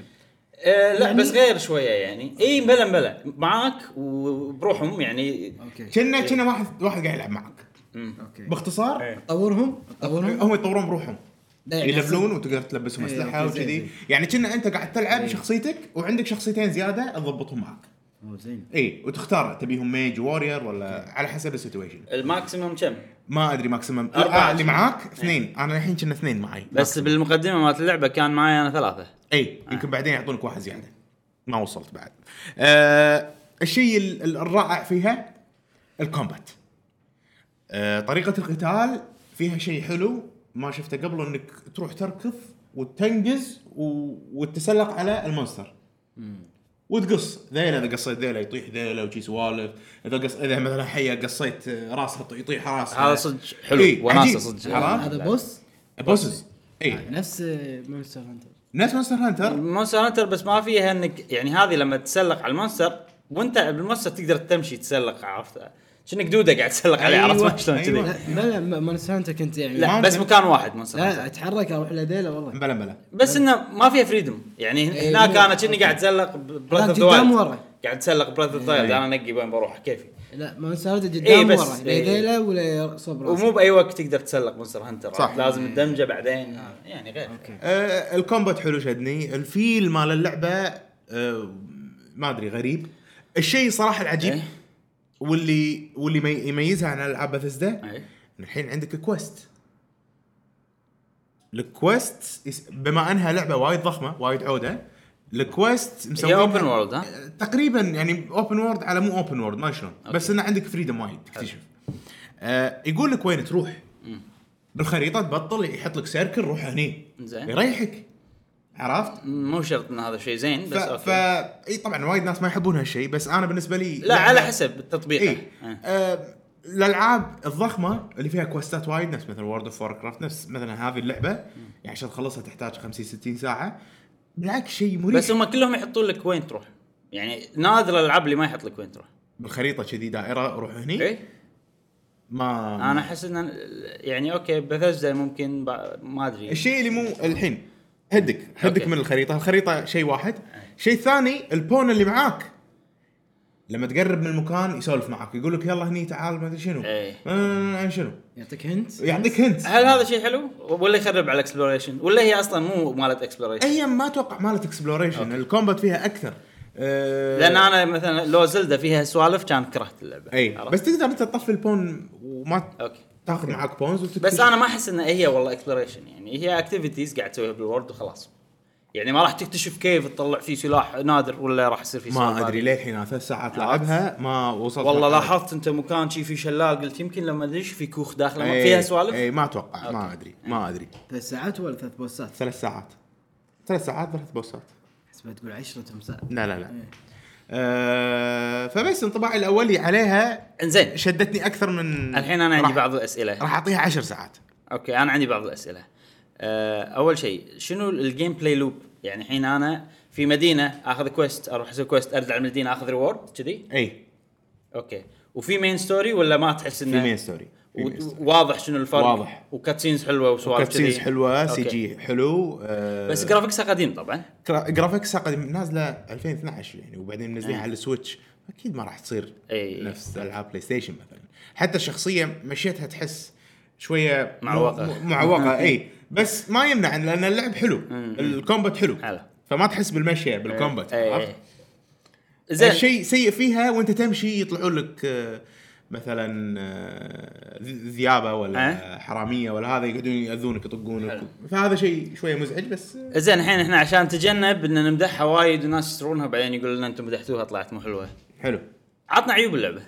A: آه لا
B: يعني-
A: بس غير شويه يعني اي بلا بلا معاك وبروحهم يعني
B: اوكي
C: كنا كنا واحد واحد قاعد يلعب معك
B: اوكي
C: باختصار
A: إيه.
B: طورهم طورهم
C: هم يطورون بروحهم
B: لا، يعني
C: يلفلون وتقدر تلبسهم
B: إيه،
C: اسلحه
B: أوكي، زين،
C: وكذي
B: زين. إيه.
C: يعني كنا انت قاعد تلعب شخصيتك وعندك شخصيتين زياده تضبطهم معك
B: أوه، زين
C: اي وتختار تبيهم ميج وورير ولا على حسب السيتويشن
A: الماكسيموم كم؟
C: ما ادري ماكسيمم
A: أربعة.
C: آه اللي
B: إيه.
C: معاك اثنين انا الحين كنا اثنين معي
A: بس بالمقدمه مالت اللعبه كان معي انا ثلاثه
C: اي
A: آه.
C: يمكن بعدين يعطونك واحد زياده ما وصلت بعد آه الشيء ال- ال- الرائع فيها الكومبات آه طريقه القتال فيها شيء حلو ما شفته قبل انك تروح تركض وتنقز و... وتتسلق على المونستر وتقص ذيله اذا قصيت ذيله يطيح ذيله وشي سوالف اذا قص اذا مثلا حيه قصيت آه، راسها يطيح راسها
A: هذا صدق حلو،
C: إيه،
A: وناسة
C: عجيب.
A: صدق.
C: عرفت؟
B: هذا بوس
C: بوسز اي
B: نفس آه، مونستر هانتر
C: ناس مونستر هانتر
A: المونستر هانتر بس ما فيها انك يعني هذه لما تتسلق على المونستر وانت بالمونستر تقدر تمشي تتسلق عرفت؟ كأنك دوده قاعد تتسلق عليه
C: أيوة،
A: عرفت شلون
C: أيوة.
A: كذي؟
B: لا لا مونستر هانتر كنت يعني
A: لا بس مكان واحد مونستر
B: لا
A: هانتر.
B: لا، اتحرك اروح لديله والله
C: بلا بلا
A: بس انه ما فيها فريدم يعني
B: إيه،
A: هناك
B: مو-
A: انا كني قاعد اتسلق براذر
B: لا،
A: اوف
B: قدام ورا. إيه.
A: قاعد اتسلق براذر اوف انا انقي وين بروح كيفي
B: لا مونستر هانتر
A: إيه،
B: قدام
A: بس-
B: ورا
A: إيه.
B: لديله ولا صوب راسه
A: ومو باي وقت تقدر تتسلق مونستر هانتر
C: صح.
A: لازم تدمجه بعدين يعني غير
B: اوكي
C: آه الكومبات حلو شدني الفيل مال اللعبه آه ما ادري غريب الشيء صراحه العجيب
A: إيه.
C: واللي واللي مي- يميزها عن العاب بثزدا
A: إيه.
C: الحين عندك كويست الكويست يس- بما انها لعبه وايد ضخمه وايد عوده الكويست مسويها
A: open world، ها؟
C: آه، تقريبا يعني اوبن وورد على مو اوبن وورد ما شلون بس انه عندك فريدم وايد تكتشف آه يقول لك وين تروح بالخريطه تبطل يحط لك سيركل روح هني
A: زين.
C: يريحك عرفت؟
A: مو شرط ان هذا شيء زين
C: ف...
A: بس
C: ف...
A: اوكي
C: اي طبعا وايد ناس ما يحبون هالشيء بس انا بالنسبه لي
A: لا على حسب التطبيق
C: اي
A: إيه.
C: آه، الالعاب الضخمه اللي فيها كوستات وايد نفس مثلا وورد اوف كرافت نفس مثلا هذه اللعبه يعني عشان تخلصها تحتاج 50 60 ساعه بالعكس شيء مريح
A: بس هم كلهم يحطون لك وين تروح يعني نادر الالعاب اللي ما يحط لك وين تروح
C: بالخريطه كذي دائره روح هني
B: إيه.
A: اوكي
C: ما
A: انا احس ان يعني اوكي بثزدا ممكن ب- ما ادري
C: الشيء اللي مو الحين هدك هدك
A: أوكي.
C: من الخريطه الخريطه شيء واحد الشيء الثاني البون اللي معاك لما تقرب من المكان يسولف معك يقول لك يلا هني تعال ما ادري شنو
A: إيه. آه.
C: آه، شنو
B: يعطيك هنت
C: يعطيك هنت
A: هل هذا شيء حلو ولا يخرب على الاكسبلوريشن ولا هي اصلا مو مالت اكسبلوريشن
C: ايا ما اتوقع مالت اكسبلوريشن الكومبات فيها اكثر آه،
A: لان انا مثلا لو زلده فيها سوالف كان كرهت اللعبه
C: اي
A: عرفت؟
C: بس تقدر انت تطفي البون وما
A: اوكي
C: تاخذ معك بونز وتكتشف.
A: بس انا ما احس ان هي والله اكسبloration يعني هي اكتيفيتيز قاعد تسويها بالورد وخلاص يعني ما راح تكتشف كيف تطلع فيه سلاح نادر ولا راح يصير فيه سلاح
C: ما ادري
A: نادر.
C: للحين أنا ثلاث ساعات لعبها ما وصلت
A: والله
C: مرحلة.
A: لاحظت انت مكان شي في شلال قلت يمكن لما ادش في كوخ داخله ما
C: إي،
A: فيها سوالف
C: اي ما اتوقع ما ادري ما ادري
B: ثلاث ساعات ولا ثلاث بوسات؟
C: ثلاث ساعات ثلاث ساعات ثلاث بوسات
B: حسب تقول 10 تمساح
C: لا لا لا
B: إيه.
C: آه فبس انطباعي الاولي عليها
A: انزين
C: شدتني اكثر من
A: الحين انا عندي
C: راح-
A: بعض الاسئله
C: راح اعطيها عشر ساعات
A: اوكي انا عندي بعض الاسئله أه اول شيء شنو الجيم بلاي لوب يعني الحين انا في مدينه اخذ كويست اروح اسوي كويست ارجع المدينه اخذ ريورد كذي
C: اي
A: اوكي وفي مين ستوري ولا ما تحس انه
C: في مين ستوري في مين ستوري.
A: واضح شنو الفرق
C: واضح.
A: وكاتسينز حلوه وسوالف
C: كاتسينز
A: كذي.
C: حلوه سي
A: أوكي.
C: جي حلو آه
A: بس جرافيكسها قديم طبعا
C: جرا- جرافيكسها قد نازله 2012 يعني وبعدين
A: إيه.
C: منزلينها على السويتش اكيد ما راح تصير
A: أي.
C: نفس العاب بلاي ستيشن مثلا حتى الشخصيه مشيتها تحس شويه
A: معوقة.
C: م- م- معوقه اي بس ما يمنع لان اللعب حلو الكومبات حلو
A: حلو.
C: فما تحس بالمشيه بالكومبات
A: إيه.
C: عرفت؟
A: زين
C: الشيء سيء فيها وانت تمشي يطلعون لك آه، مثلا آه، ذ- ذيابه ولا
A: أه.
C: حراميه ولا هذا يقعدون ياذونك يطقونك فهذا شيء شويه مزعج بس آه،
A: زين الحين احنا عشان نتجنب ان نمدحها وايد وناس يشترونها بعدين يقول لنا انتم مدحتوها طلعت مو حلوه
C: حلو
A: عطنا عيوب اللعبه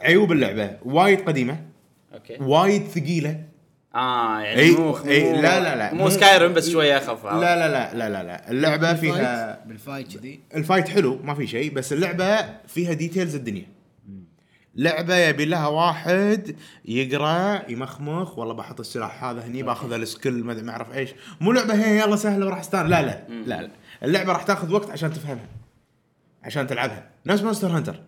C: عيوب اللعبه وايد قديمه
A: اوكي
C: وايد ثقيله
A: اه يعني
C: أي-
A: مو
C: أي،
A: مو-
C: لا- لا- لا.
A: مو
C: مو-
A: سكايرم بس شويه اخف
C: لا لا لا لا لا لا اللعبه فيها
B: بالفايت كذي
C: الفايت حلو ما في شيء بس اللعبه فيها ديتيلز الدنيا لعبه يبي لها واحد يقرا يمخمخ والله بحط السلاح هذا هني باخذ السكيل ما ما اعرف ايش مو لعبه هي يلا سهله وراح استان لا لا لا لا اللعبه راح تاخذ وقت عشان تفهمها عشان تلعبها نفس مونستر هانتر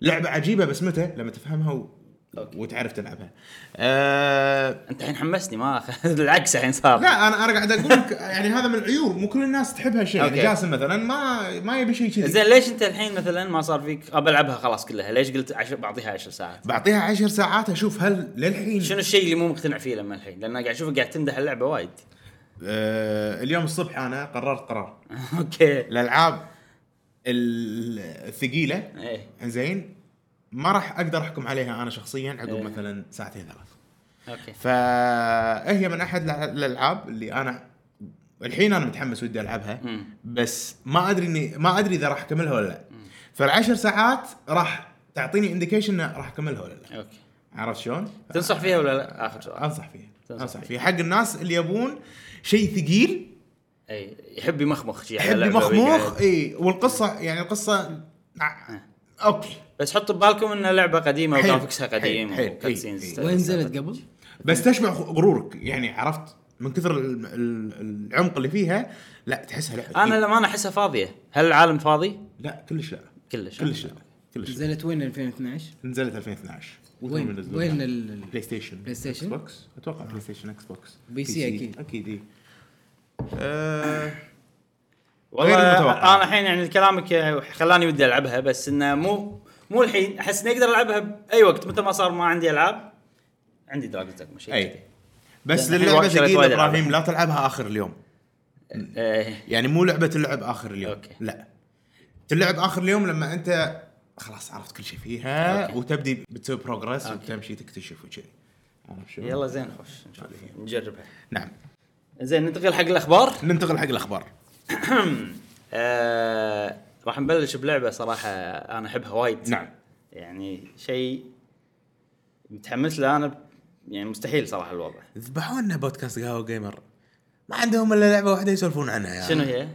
C: لعبه عجيبه بس متى لما تفهمها و...
A: أوكي.
C: وتعرف تلعبها أه...
A: انت الحين حمسني ما أخ- العكس الحين صار
C: لا انا انا قاعد اقول لك يعني هذا من العيوب مو كل الناس تحب هالشيء يعني
A: أوكي.
C: جاسم مثلا ما ما يبي شيء كذي
A: زين ليش انت الحين مثلا ما صار فيك ابى العبها خلاص كلها ليش قلت عشر بعطيها 10 ساعات
C: بعطيها عشر ساعات اشوف هل للحين
A: شنو الشيء اللي مو مقتنع فيه لما الحين لان قاعد اشوفك قاعد تمدح اللعبه وايد
C: آه اليوم الصبح انا قررت قرار
A: اوكي
C: الالعاب ال- الثقيله
A: ايه
C: زين ما راح اقدر احكم عليها انا شخصيا
A: إيه.
C: عقب مثلا ساعتين ثلاث
A: اوكي
C: فهي من احد الألع- الالعاب اللي انا الحين انا متحمس ودي العبها
A: مم.
C: بس ما ادري اني ما ادري اذا راح اكملها ولا لا فالعشر ساعات راح تعطيني انديكيشن راح اكملها ولا لا
A: اوكي
C: عرفت شلون؟
A: تنصح فيها ولا لا؟ اخر سؤال
C: انصح فيها
A: تنصح
C: انصح
A: فيها.
C: فيها حق الناس اللي يبون شيء ثقيل
A: اي إيه. يحب يمخمخ شي على
C: يحب
A: اللعبة
C: مخموخ
A: ويقعد.
C: اي والقصه يعني القصه آه، اوكي
A: بس حطوا ببالكم ان لعبه قديمه
C: حيل.
A: وجرافكسها قديم
C: حيل. إيه. حيل.
A: وكت سينز
C: إي.
B: وين نزلت قبل؟
C: بس تشبع غرورك يعني عرفت من كثر ال- ال- العمق اللي فيها لا تحسها لعبه
A: انا
C: ثقيلة.
A: لما انا احسها فاضيه هل العالم فاضي؟
C: لا كلش لا
A: كلش
C: كلش لا كلش لا.
B: نزلت وين 2012
C: نزلت 2012
B: وين-
C: وتم نزلوها.
B: وين ال-
C: بلاي ستيشن
B: بلاي ستيشن؟
C: اكس بوكس اتوقع بلاي ستيشن اكس بوكس
B: بي سي أكيد.
C: اكيد اي آه، غير
A: والله
C: المتوقع.
A: انا الحين يعني كلامك آه، خلاني ودي العبها بس انه مو مو الحين احس اني اقدر العبها باي وقت متى ما صار ما عندي العاب عندي دراجون داجما شيء
C: اي بس
A: لأن الحين
C: للعبه
A: وايد شريت
C: ثقيله
A: وايد ألعاب.
C: ابراهيم لا تلعبها اخر اليوم
A: كذي. إيه.
C: يعني مو لعبه تلعب اخر اليوم
A: أوكي.
C: لا تلعب اخر اليوم لما انت خلاص عرفت كل شيء فيها
A: أوكي.
C: وتبدي بتسوي بروجرس
A: أوكي.
C: وتمشي تكتشف وكذي عرفت شلون؟
A: يلا زين خوش نشوف. نجربها
C: نعم
A: زين ننتقل حق الاخبار
C: ننتقل حق الاخبار
A: آه، راح نبلش بلعبه صراحه انا احبها وايد
C: نعم.
A: يعني شيء متحمس له انا ب- يعني مستحيل صراحه الوضع
C: ذبحوا لنا بودكاست قهوه جيمر ما عندهم الا لعبه واحده يسولفون عنها يعني.
A: شنو هي؟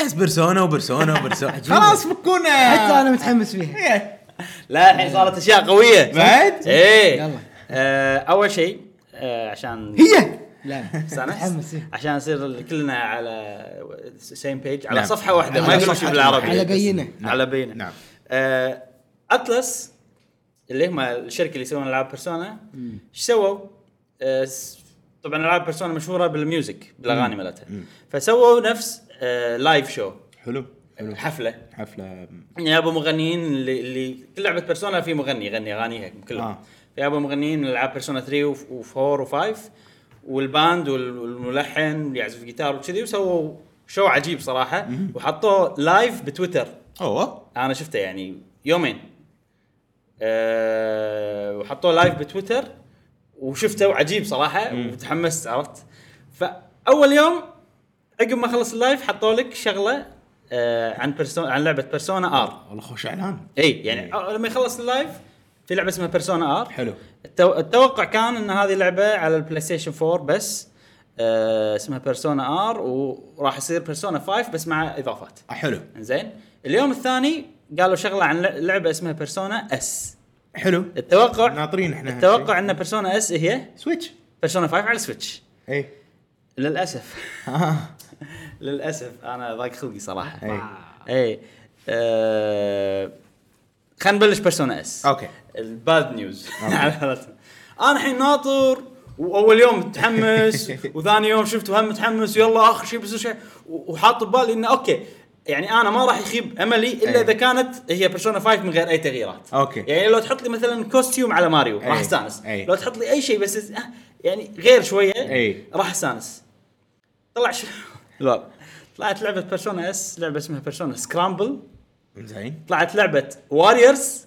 C: بس برسونا وبرسونا وبرسونا خلاص فكونا
B: حتى انا متحمس فيها
C: إيه.
A: لا الحين صارت اشياء قويه
C: بعد؟
A: ايه
B: يلا.
A: آه، اول شيء آه، عشان
C: هي
B: لا
A: سانس
B: متحمس إيه. فيها
A: عشان نصير كلنا على سيم بيج على
C: نعم.
A: صفحه واحده ما
C: على
A: يقولون شيء
C: صفحة
A: بالعربي
B: واحدة. على بينة.
A: بس- على بينه
C: نعم.
A: آه اتلس اللي هم الشركه اللي يسوون العاب بيرسونا ايش سووا؟ آه س- طبعا العاب بيرسونا مشهوره بالميوزك بالاغاني مالتها فسووا نفس آه لايف شو
C: حلو حلو
A: حفله
C: حفله
A: جابوا مغنيين اللي, اللي كل لعبه بيرسونا في مغني يغني اغانيها كلهم آه.
C: آه.
A: جابوا مغنيين من العاب بيرسونا 3 و4 و5 والباند وال- والملحن اللي يعزف جيتار وكذي وسووا شو عجيب صراحه وحطوه لايف بتويتر
C: اوه
A: انا شفته يعني يومين أه وحطوه لايف بتويتر وشفته وعجيب صراحه وتحمست عرفت فاول يوم عقب ما خلص اللايف حطوا لك شغله أه عن بيرسونا عن لعبه بيرسونا ار
C: والله خوش اعلان
A: اي يعني أو- لما يخلص اللايف في لعبه اسمها بيرسونا ار
C: حلو
A: التوقع كان ان هذه لعبه على البلاي ستيشن 4 بس أه اسمها بيرسونا ار وراح يصير بيرسونا 5 بس مع اضافات
C: أه، حلو
A: زين اليوم الثاني قالوا شغله عن لع- لعبه اسمها بيرسونا اس
C: حلو
A: التوقع
C: ناطرين احنا
A: التوقع ان بيرسونا اس هي
C: سويتش
A: بيرسونا 5 على السويتش إيه.
C: اي
A: للاسف
C: آه.
A: للاسف انا ضاق خلقي صراحه
C: اي
A: اي أه... خلينا نبلش بيرسونا اس
C: اوكي
A: الباد نيوز على حالتنا انا الحين ناطر واول يوم متحمس وثاني يوم شفت هم متحمس يلا اخر شيء بيصير شيء و- وحاط ببالي انه اوكي يعني انا ما راح يخيب املي الا
C: أي.
A: اذا كانت هي بيرسونا 5 من غير اي تغييرات
C: أوكي.
A: يعني لو تحط لي مثلا كوستيوم على ماريو راح
C: أي.
A: استانس
C: أي.
A: لو تحط لي اي شيء بس آه، يعني غير شويه
C: أي.
A: راح استانس طلع شو لا طلعت لعبه بيرسونا اس لعبه اسمها بيرسونا سكرامبل
C: زين
A: طلعت لعبه واريورز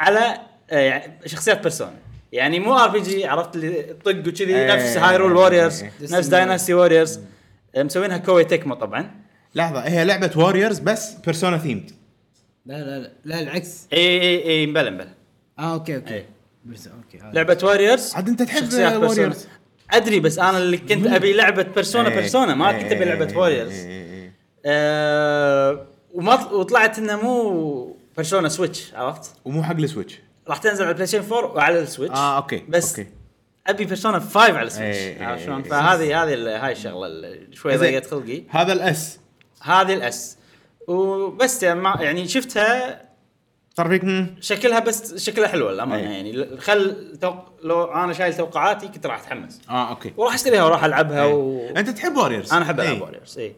A: على آه، يعني شخصيات بيرسونا يعني مو ار بي جي عرفت اللي طق وكذي
C: إيه.
A: نفس هايرول واريورز
C: إيه.
A: نفس دايناستي واريورز مسوينها كوي تكما طبعا
C: لحظه هي لعبه واريورز بس بيرسونا ثيمد
B: لا لا لا, لا العكس
A: اي اي اي مبلا مبلا
B: اه اوكي اوكي
A: إيه.
B: بس آه. اوكي هذا.
A: لعبه واريورز
C: عاد أنت تحب
A: شخصيات
C: Warriors.
A: بيرسونا. ادري بس انا اللي كنت ابي لعبه بيرسونا
C: إيه.
A: بيرسونا ما كنت ابي لعبه واريورز آه وما طل- وطلعت انها مو بيرسونا سويتش عرفت
C: ومو حق السويتش
A: راح تنزل على البلاي ستيشن 4 وعلى السويتش
C: اه اوكي
A: بس
C: أوكي.
A: ابي بيرسونا 5 على السويتش
C: إيه،
A: عرفت شلون؟
C: إيه.
A: فهذه هذه ال- هاي الشغله ال- شوي
C: زين.
A: ضيقت خلقي
C: هذا الاس
A: هذه الاس وبس يعني ما- يعني شفتها
C: صار فيك مم.
A: شكلها بس شكلها حلوه للامانه
C: إيه.
A: يعني ل- خل توق... لو انا شايل توقعاتي كنت راح اتحمس
C: اه اوكي
A: وراح اشتريها وراح العبها
C: إيه.
A: و...
C: انت تحب إيه. واريورز
A: انا احب العب واريورز اي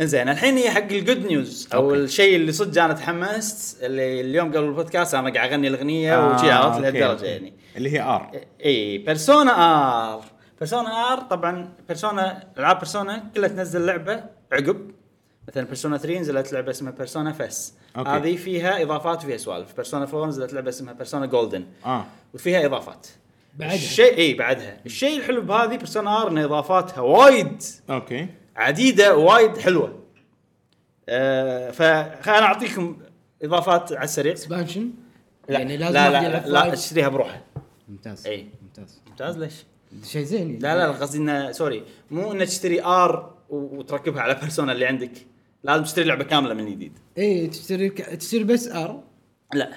A: انزين إيه. الحين هي حق الجود نيوز او
C: أوكي.
A: الشيء اللي صدق انا تحمست اللي اليوم قبل البودكاست انا قاعد اغني الاغنيه
C: آه،
A: وشي عرفت
C: أوكي.
A: لهالدرجه يعني
C: اللي هي ار
A: اي بيرسونا ار بيرسونا ار طبعا بيرسونا العاب بيرسونا كلها تنزل لعبه عقب مثلا بيرسونا 3 نزلت لعبه اسمها بيرسونا فس
C: أوكي.
A: هذه فيها اضافات وفيها سوالف بيرسونا 4 نزلت لعبه اسمها بيرسونا جولدن
C: اه
A: وفيها اضافات
B: بعدها.
A: الشيء اي بعدها الشيء الحلو بهذه بيرسونا ار ان اضافاتها وايد
C: اوكي
A: عديده وايد حلوه آه فانا اعطيكم اضافات على السريع
B: اكسبانشن
A: لا
B: يعني لازم
A: لا
B: واحد
A: لا,
B: يلعب
A: لا, لا
B: فايف.
A: اشتريها بروحها
B: ممتاز
A: إيه.
B: ممتاز
A: ممتاز ليش؟
B: شيء زين يعني.
A: لا لا قصدي انه سوري مو انك تشتري ار و- وتركبها على بيرسونا اللي عندك لازم تشتري لعبه كامله من جديد
B: اي إيه، تشتري ك- تشتري بس ار
A: لا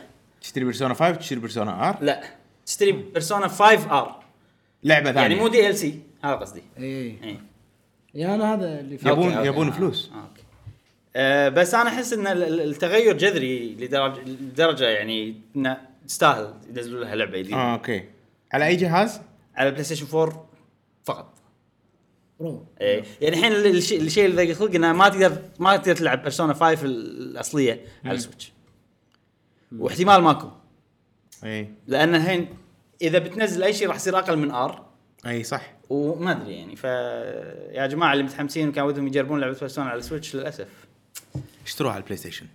C: تشتري بيرسونا 5 تشتري بيرسونا ار
A: لا تشتري بيرسونا 5 ار
C: لعبه ثانيه
A: يعني مو دي ال سي هذا قصدي
B: اي
A: إيه.
B: يا انا هذا اللي فيه.
C: يبون-
A: أوكي، أوكي،
C: يبون
A: آه،
C: فلوس.
A: آه، أوكي. أه بس انا احس ان ال- ال- التغير جذري لدرجه لدرجه يعني انه تستاهل ينزلوا لها لعبه جديده
C: اه اوكي على اي جهاز؟
A: على البلاي ستيشن 4 فقط
B: برو
A: ايه يعني الحين ال- الشيء الشيء اللي ضيق خلقي انه ما تقدر ما تقدر تلعب بيرسونا 5 ال- الاصليه على السويتش واحتمال ماكو
C: اي
A: لان الحين اذا بتنزل اي شيء راح يصير اقل من ار
C: اي إيه، صح
A: وما ادري يعني ف يا جماعه اللي متحمسين وكان ودهم يجربون لعبه بيرسونا على السويتش للاسف
C: اشتروها على البلاي ستيشن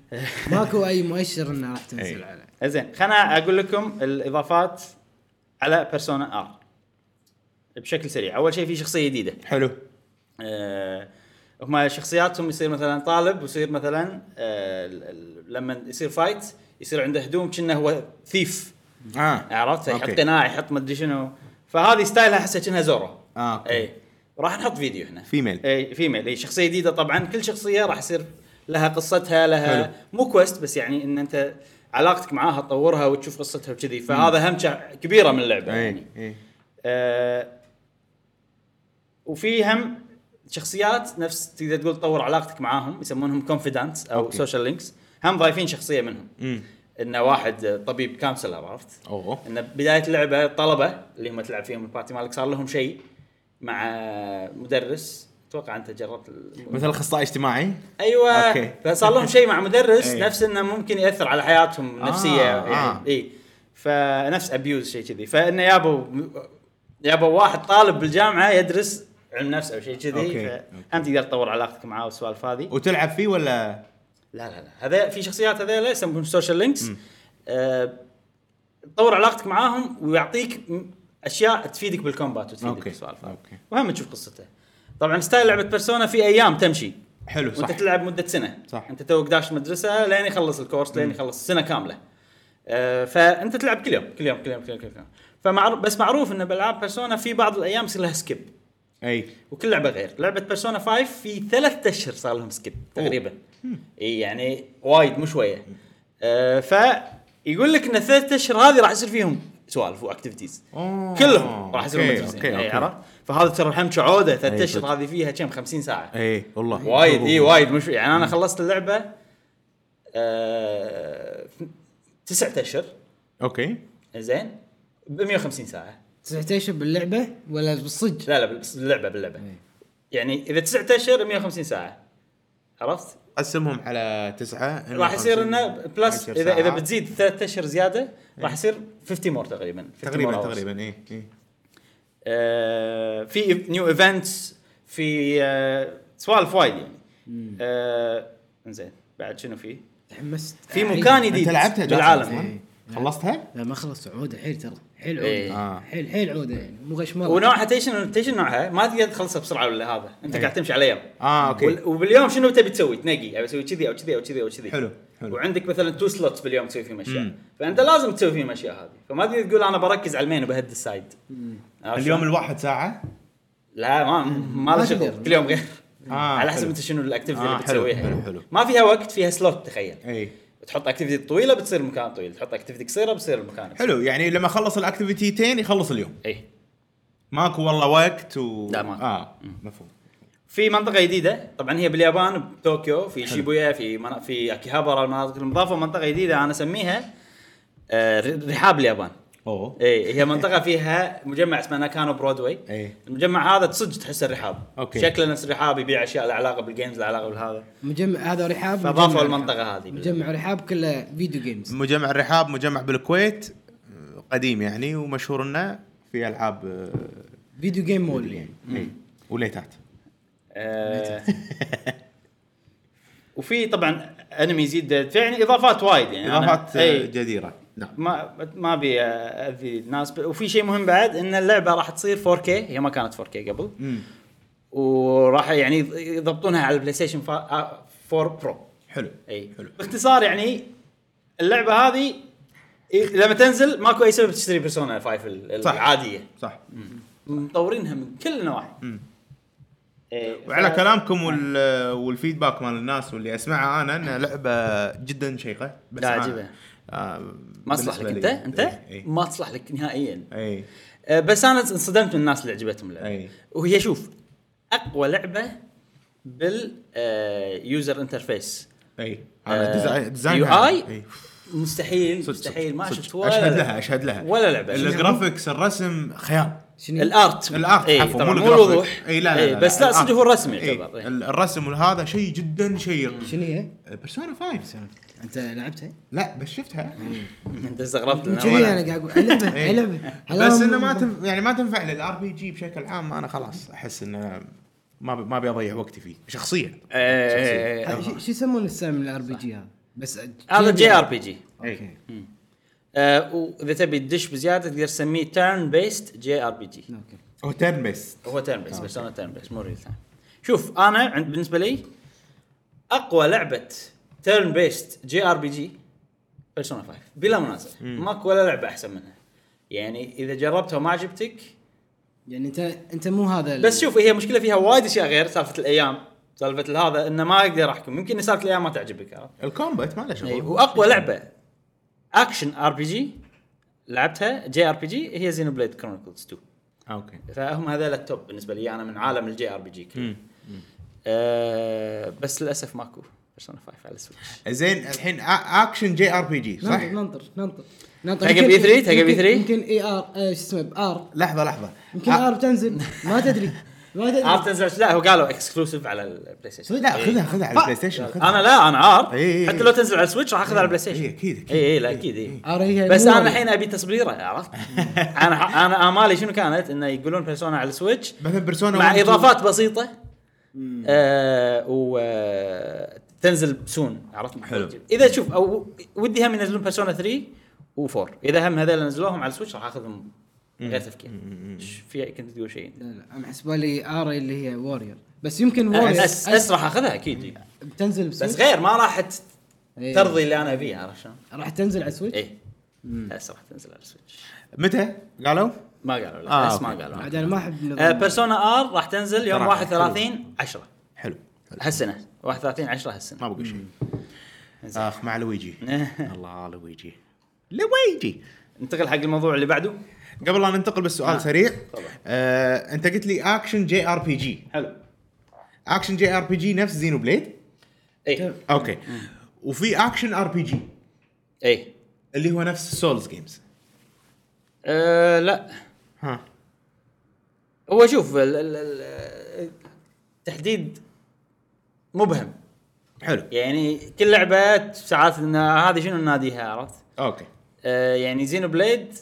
B: ماكو اي مؤشر انها راح تنزل
C: إيه.
B: على
A: زين خلنا اقول لكم الاضافات على بيرسونا ار بشكل سريع اول شيء في شخصيه جديده
C: حلو
A: آه، هم شخصياتهم يصير مثلا طالب ويصير مثلا آه، ال- ال- لما يصير فايت يصير عنده هدوم كأنه هو ثيف
C: اه
A: عرفت يحط
C: أوكي.
A: قناع يحط مدري شنو فهذه ستايلها احسها كأنها زورو
C: آه، أوكي.
A: اي إيه. راح نحط فيديو هنا إيه،
C: Female.
A: اي فيميل اي شخصيه جديده طبعا كل شخصيه راح يصير لها قصتها لها
C: حلو.
A: مو كويست بس يعني ان انت علاقتك معاها تطورها وتشوف قصتها وكذي فهذا همشه كبيره من اللعبه يعني
C: اي اي
A: آه، وفي هم شخصيات نفس تقدر تقول تطور علاقتك معاهم يسمونهم كونفيدانت او
C: أوكي.
A: سوشيال لينكس هم ضايفين شخصيه منهم
C: امم
A: انه واحد آه، طبيب كانسلر عرفت
C: اوه
A: انه بدايه اللعبه الطلبه اللي هم تلعب فيهم البارتي مالك صار لهم شيء مع مدرس اتوقع انت جربت ال-
C: مثل اخصائي اجتماعي
A: ايوه
C: أوكي.
A: فصار لهم شيء مع مدرس
C: أي.
A: نفس انه ممكن ياثر على حياتهم النفسيه
C: آه،
A: يعني
C: آه.
A: اي فنفس ابيوز شيء كذي فانه يابوا يابوا واحد طالب بالجامعه يدرس علم نفس او شيء
C: أوكي،
A: كذي فهم تقدر تطور علاقتك معاه والسوالف هذه
C: وتلعب فيه ولا
A: لا لا لا هذا في شخصيات هذيلا يسمونهم سوشيال لينكس آه، تطور علاقتك معاهم ويعطيك م- اشياء تفيدك بالكومبات وتفيدك
C: أوكي،
A: بالسوالف هذه.
C: أوكي.
A: وهم تشوف قصته طبعا ستايل لعبه بيرسونا في ايام تمشي
C: حلو صح
A: وانت تلعب مده سنه
C: صح.
A: انت توك داش مدرسه لين يخلص الكورس لين يخلص سنه كامله آه، فانت تلعب كل يوم كل يوم كل يوم كل يوم, كل يوم. فمعروف بس معروف ان بالعاب بيرسونا في بعض الايام يصير لها سكيب
C: اي
A: وكل لعبه غير لعبه بيرسونا 5 في ثلاث اشهر صار لهم سكيب تقريبا إي يعني وايد مو شويه آه فيقول لك ان ثلاث اشهر هذه راح يصير فيهم سوالف واكتيفيتيز
C: أوه.
A: كلهم راح يصيرون
C: أوكي،
A: مدرسين
C: أوكي،
A: إي،
C: أوكي.
A: عرفت فهذا ترى الحين عوده ثلاث
C: أي،
A: اشهر
C: صدق.
A: هذه فيها كم 50 ساعه
C: اي والله
A: وايد اي وايد مش يعني انا خلصت اللعبه آه تسعة اشهر
C: اوكي
A: زين ب 150 ساعه
B: 19 باللعبه ولا بالصج؟
A: لا لا بس باللعبه باللعبه يعني اذا 9 اشهر 150 ساعه عرفت؟
C: قسمهم على تسعه
A: راح يصير انه
C: 150
A: بلس
C: عشر
A: اذا اذا
C: ساعة.
A: بتزيد ثلاث اشهر زياده راح يصير 50 مور تقريبا 50 more
C: تقريبا
A: hours.
C: تقريبا اي اي
A: آه، في نيو ايفنتس في آه، سوالف وايد يعني آه، زين بعد شنو في؟
B: تحمست
A: في
B: أعيد.
A: مكان
C: انت
A: جديد
C: لعبتها جاسم،
A: بالعالم
C: إي. خلصتها؟
B: لا ما خلصت عوده حيل ترى حيل
A: إيه.
B: عوده
C: آه.
B: حيل حيل عوده يعني مو غش مره
A: ونوعها تيشن تيشن نوعها ما تقدر تخلصها بسرعه ولا هذا انت
C: إي.
A: قاعد تمشي على يوم وال-
C: اه اوكي
A: وباليوم شنو تبي تسوي؟ تنقي ابي اسوي كذي او كذي او كذي او كذي
C: حلو، حلو.
A: وعندك مثلا تو سلوتس باليوم تسوي فيهم اشياء
C: مم.
A: فانت لازم تسوي فيهم اشياء هذه فما تقدر تقول انا بركز على المين وبهد السايد عرفت
C: اليوم
A: شلون؟
C: الواحد ساعه
A: لا ما ما
B: ما
A: له
B: تقدر.
A: شغل كل يوم غير
C: آه،
A: على حسب
C: حلو.
A: انت شنو الاكتيفيتي
C: آه،
A: اللي
C: حلو،
A: بتسويها
C: حلو، حلو.
A: ما فيها وقت فيها سلوت تخيل
C: اي
A: تحط اكتيفيتي طويله بتصير مكان طويل تحط اكتيفيتي قصيره بتصير المكان
C: حلو يعني لما اخلص الاكتيفيتيتين يخلص اليوم
A: اي
C: ماكو والله وقت و
A: لا، ماكو.
C: اه مفهوم
A: في منطقه جديده طبعا هي باليابان بطوكيو في شيبويا في منا... في اكيهابارا المناطق المضافه منطقه جديده انا اسميها آه، ر- رحاب اليابان
C: اوه
A: اي هي منطقه فيها مجمع اسمه ناكانو برودواي
C: إي.
A: المجمع هذا تصدق تحس الرحاب
C: إيه. أوكي.
A: شكله نفس الرحاب يبيع اشياء لها علاقه بالجيمز لها علاقه بالهذا
B: مجمع هذا رحاب
A: فاضافوا
B: مجمع
A: المنطقه
B: رحاب.
A: هذه
B: مجمع رحاب كله فيديو جيمز
C: مجمع الرحاب مجمع بالكويت آه، قديم يعني ومشهور انه في العاب آه،
B: فيديو جيم مول يعني
C: إي. وليتات
A: آه، وفي طبعا انمي زيد يعني اضافات وايد يعني أنا-
C: اضافات آه،
A: إي.
C: جديره نعم
A: ما ما ابي اذي الناس ب... وفي شيء مهم بعد ان اللعبه راح تصير 4K هي ما كانت 4K قبل
C: مم.
A: وراح يعني يض- يضبطونها على آه، البلاي ستيشن 4 برو
C: حلو
A: اي
C: حلو.
A: باختصار يعني اللعبه هذه إي- لما تنزل ماكو اي سبب تشتري بيرسونا 5 ال-
C: صح.
A: العاديه
C: صح
A: مطورينها من كل النواحي
C: مم.
A: إي،
C: وعلى
A: ف-
C: كلامكم وال- والفيدباك مال الناس واللي اسمعه انا ان لعبه جدا شيقه بس
A: لا،
C: أنا-
A: عجيبة.
C: آه،
A: ما تصلح لك انت
C: بالنسبة لي- إيه.
A: انت
C: إي،
A: ما تصلح لك نهائيا
C: اي
A: أه، بس انا انصدمت من الناس اللي عجبتهم اللعبه
C: أي.
A: وهي شوف اقوى لعبه باليوزر انترفيس
C: اي
A: آه،
C: انا ديزاين ديزاين
A: يو آي؟
C: إي.
A: مستحيل
C: إيه. صدق، صدق،
A: مستحيل ما
C: صدق.
A: شفت ولا
C: اشهد لها اشهد لها
A: ولا لعبه
C: الجرافكس الرسم خيال
B: شنو
A: الارت
C: الارت
A: إي،
C: عفوا
A: طبعا إيه، مو
C: الجرافيك.
A: الوضوح
C: اي إيه، لا لا,
A: إي،
C: لا
A: بس لا
C: الآرت.
A: صدق هو الرسم
C: إي،
A: يعتبر إيه. إي.
C: ال- الرسم وهذا شيء جدا شيق
B: شنو هي؟
C: بيرسونا 5
B: انت لعبتها؟
C: لا بس شفتها إيه.
A: انت استغربت
B: من
A: إنه
B: كذي
A: ولا- إيه.
B: انا قاعد اقول على لعبه على لعبه على
C: بس
B: لعبة.
C: انه ما تنف... يعني ما تنفع للار بي جي بشكل عام انا خلاص احس انه ما ب... ما ابي اضيع وقتي فيه شخصيا إيه،
A: إي،
B: ها- شو- شو يسمون السام الار بي جي هذا؟ بس
A: آه، هذا جي ار بي جي
B: اوكي
A: واذا آه، تبي تدش بزياده تقدر تسميه تيرن بيست جي ار بي جي
B: اوكي
C: هو تيرن بيست
A: هو تيرن بيس بيرسونا تيرن بيس مو ريل تايم شوف انا عند بالنسبه لي اقوى لعبه تيرن بيست جي ار بي جي بيرسونا 5 بلا منازع ماكو ولا لعبه احسن منها يعني اذا جربتها وما عجبتك
B: يعني انت انت مو هذا ال-
A: بس شوف هي مشكله فيها وايد اشياء غير سالفه الايام سالفه هذا انه ما اقدر احكم يمكن إن سالفه الايام ما تعجبك عرفت؟
C: الكومبات ما له
A: إي،
C: شغل
A: واقوى لعبه اكشن ار بي جي لعبتها جي ار بي جي هي زينو بليد كرونيكلز 2
C: آه، اوكي
A: فهم هذول التوب بالنسبه لي انا من عالم الجي ار بي جي كله آه بس للاسف ماكو بيرسونا 5 على السويتش
C: زين الحين آ- اكشن جي ار بي جي صح؟
B: ننطر ننطر ننطر ننطر
A: تلقى
B: يمكن-
A: بي 3 تلقى بي
B: يمكن-
A: 3
B: يمكن اي ار شو اسمه بار
C: لحظه لحظه
B: يمكن
A: آه.
C: آ-
B: ار بتنزل ما تدري ما
A: ار
B: تدري
A: آه، تنزل لا هو قالوا اكسكلوسيف على البلاي ستيشن
C: لا إيه، خذها خذها على البلاي ستيشن خذها
A: انا لا انا ار
C: إي، إي، إي.
A: حتى لو تنزل على السويتش راح اخذها على البلاي ستيشن
C: إي، إيه، أكيد، إيه، أكيد.
A: اي اي لا اكيد اي
B: ار هي
A: بس
B: مو
A: انا
B: هذا.
A: الحين ابي تصبيره عرفت انا انا امالي شنو كانت انه يقولون بيرسونا على السويتش
C: مثلا بيرسونا
A: مع
C: 1 و 2.
A: اضافات بسيطه آه و آه، تنزل سون عرفت
C: حلو.
A: اذا شوف او ودي هم ينزلون بيرسونا 3 و4 اذا هم هذول نزلوهم على السويتش راح اخذهم غير تفكير إيش في كنت تقول شيء
B: لا لا انا حسب لي اري اللي هي وورير بس يمكن وورير
A: اس اس راح اخذها اكيد
B: بتنزل
A: آه، بس
B: بس
A: غير ما راح ت-
B: إيه.
A: ترضي اللي انا ابيه عرفت شلون؟
B: راح تنزل على سويتش
A: اي اس راح تنزل على السويتش
C: متى قالوا؟
A: ما قالوا لا
C: آه،
A: اس ما
C: أوكي.
A: قالوا
B: عاد انا ما احب نظام
A: آه، بيرسونا ار راح تنزل يوم
C: ترى
A: 31 10
C: حلو حلو.
A: هالسنه 31 10 هالسنه
C: ما بقول شيء اخ مع لويجي
A: إيه.
C: الله لويجي لويجي
A: ننتقل حق الموضوع اللي بعده
C: قبل لا ننتقل بس سؤال سريع
A: طبعا.
C: آه، انت قلت لي اكشن جي ار بي جي
A: حلو
C: اكشن جي ار بي جي نفس زينو بليد
A: اي
C: اوكي وفي اكشن ار بي جي
A: اي
C: اللي هو نفس سولز جيمز
A: أه لا
C: ها
A: هو شوف ال- ال- ال- التحديد مبهم
C: حلو
A: يعني كل لعبه ساعات انها هذه شنو ناديها عرفت؟
C: اوكي
A: آه، يعني زينو بليد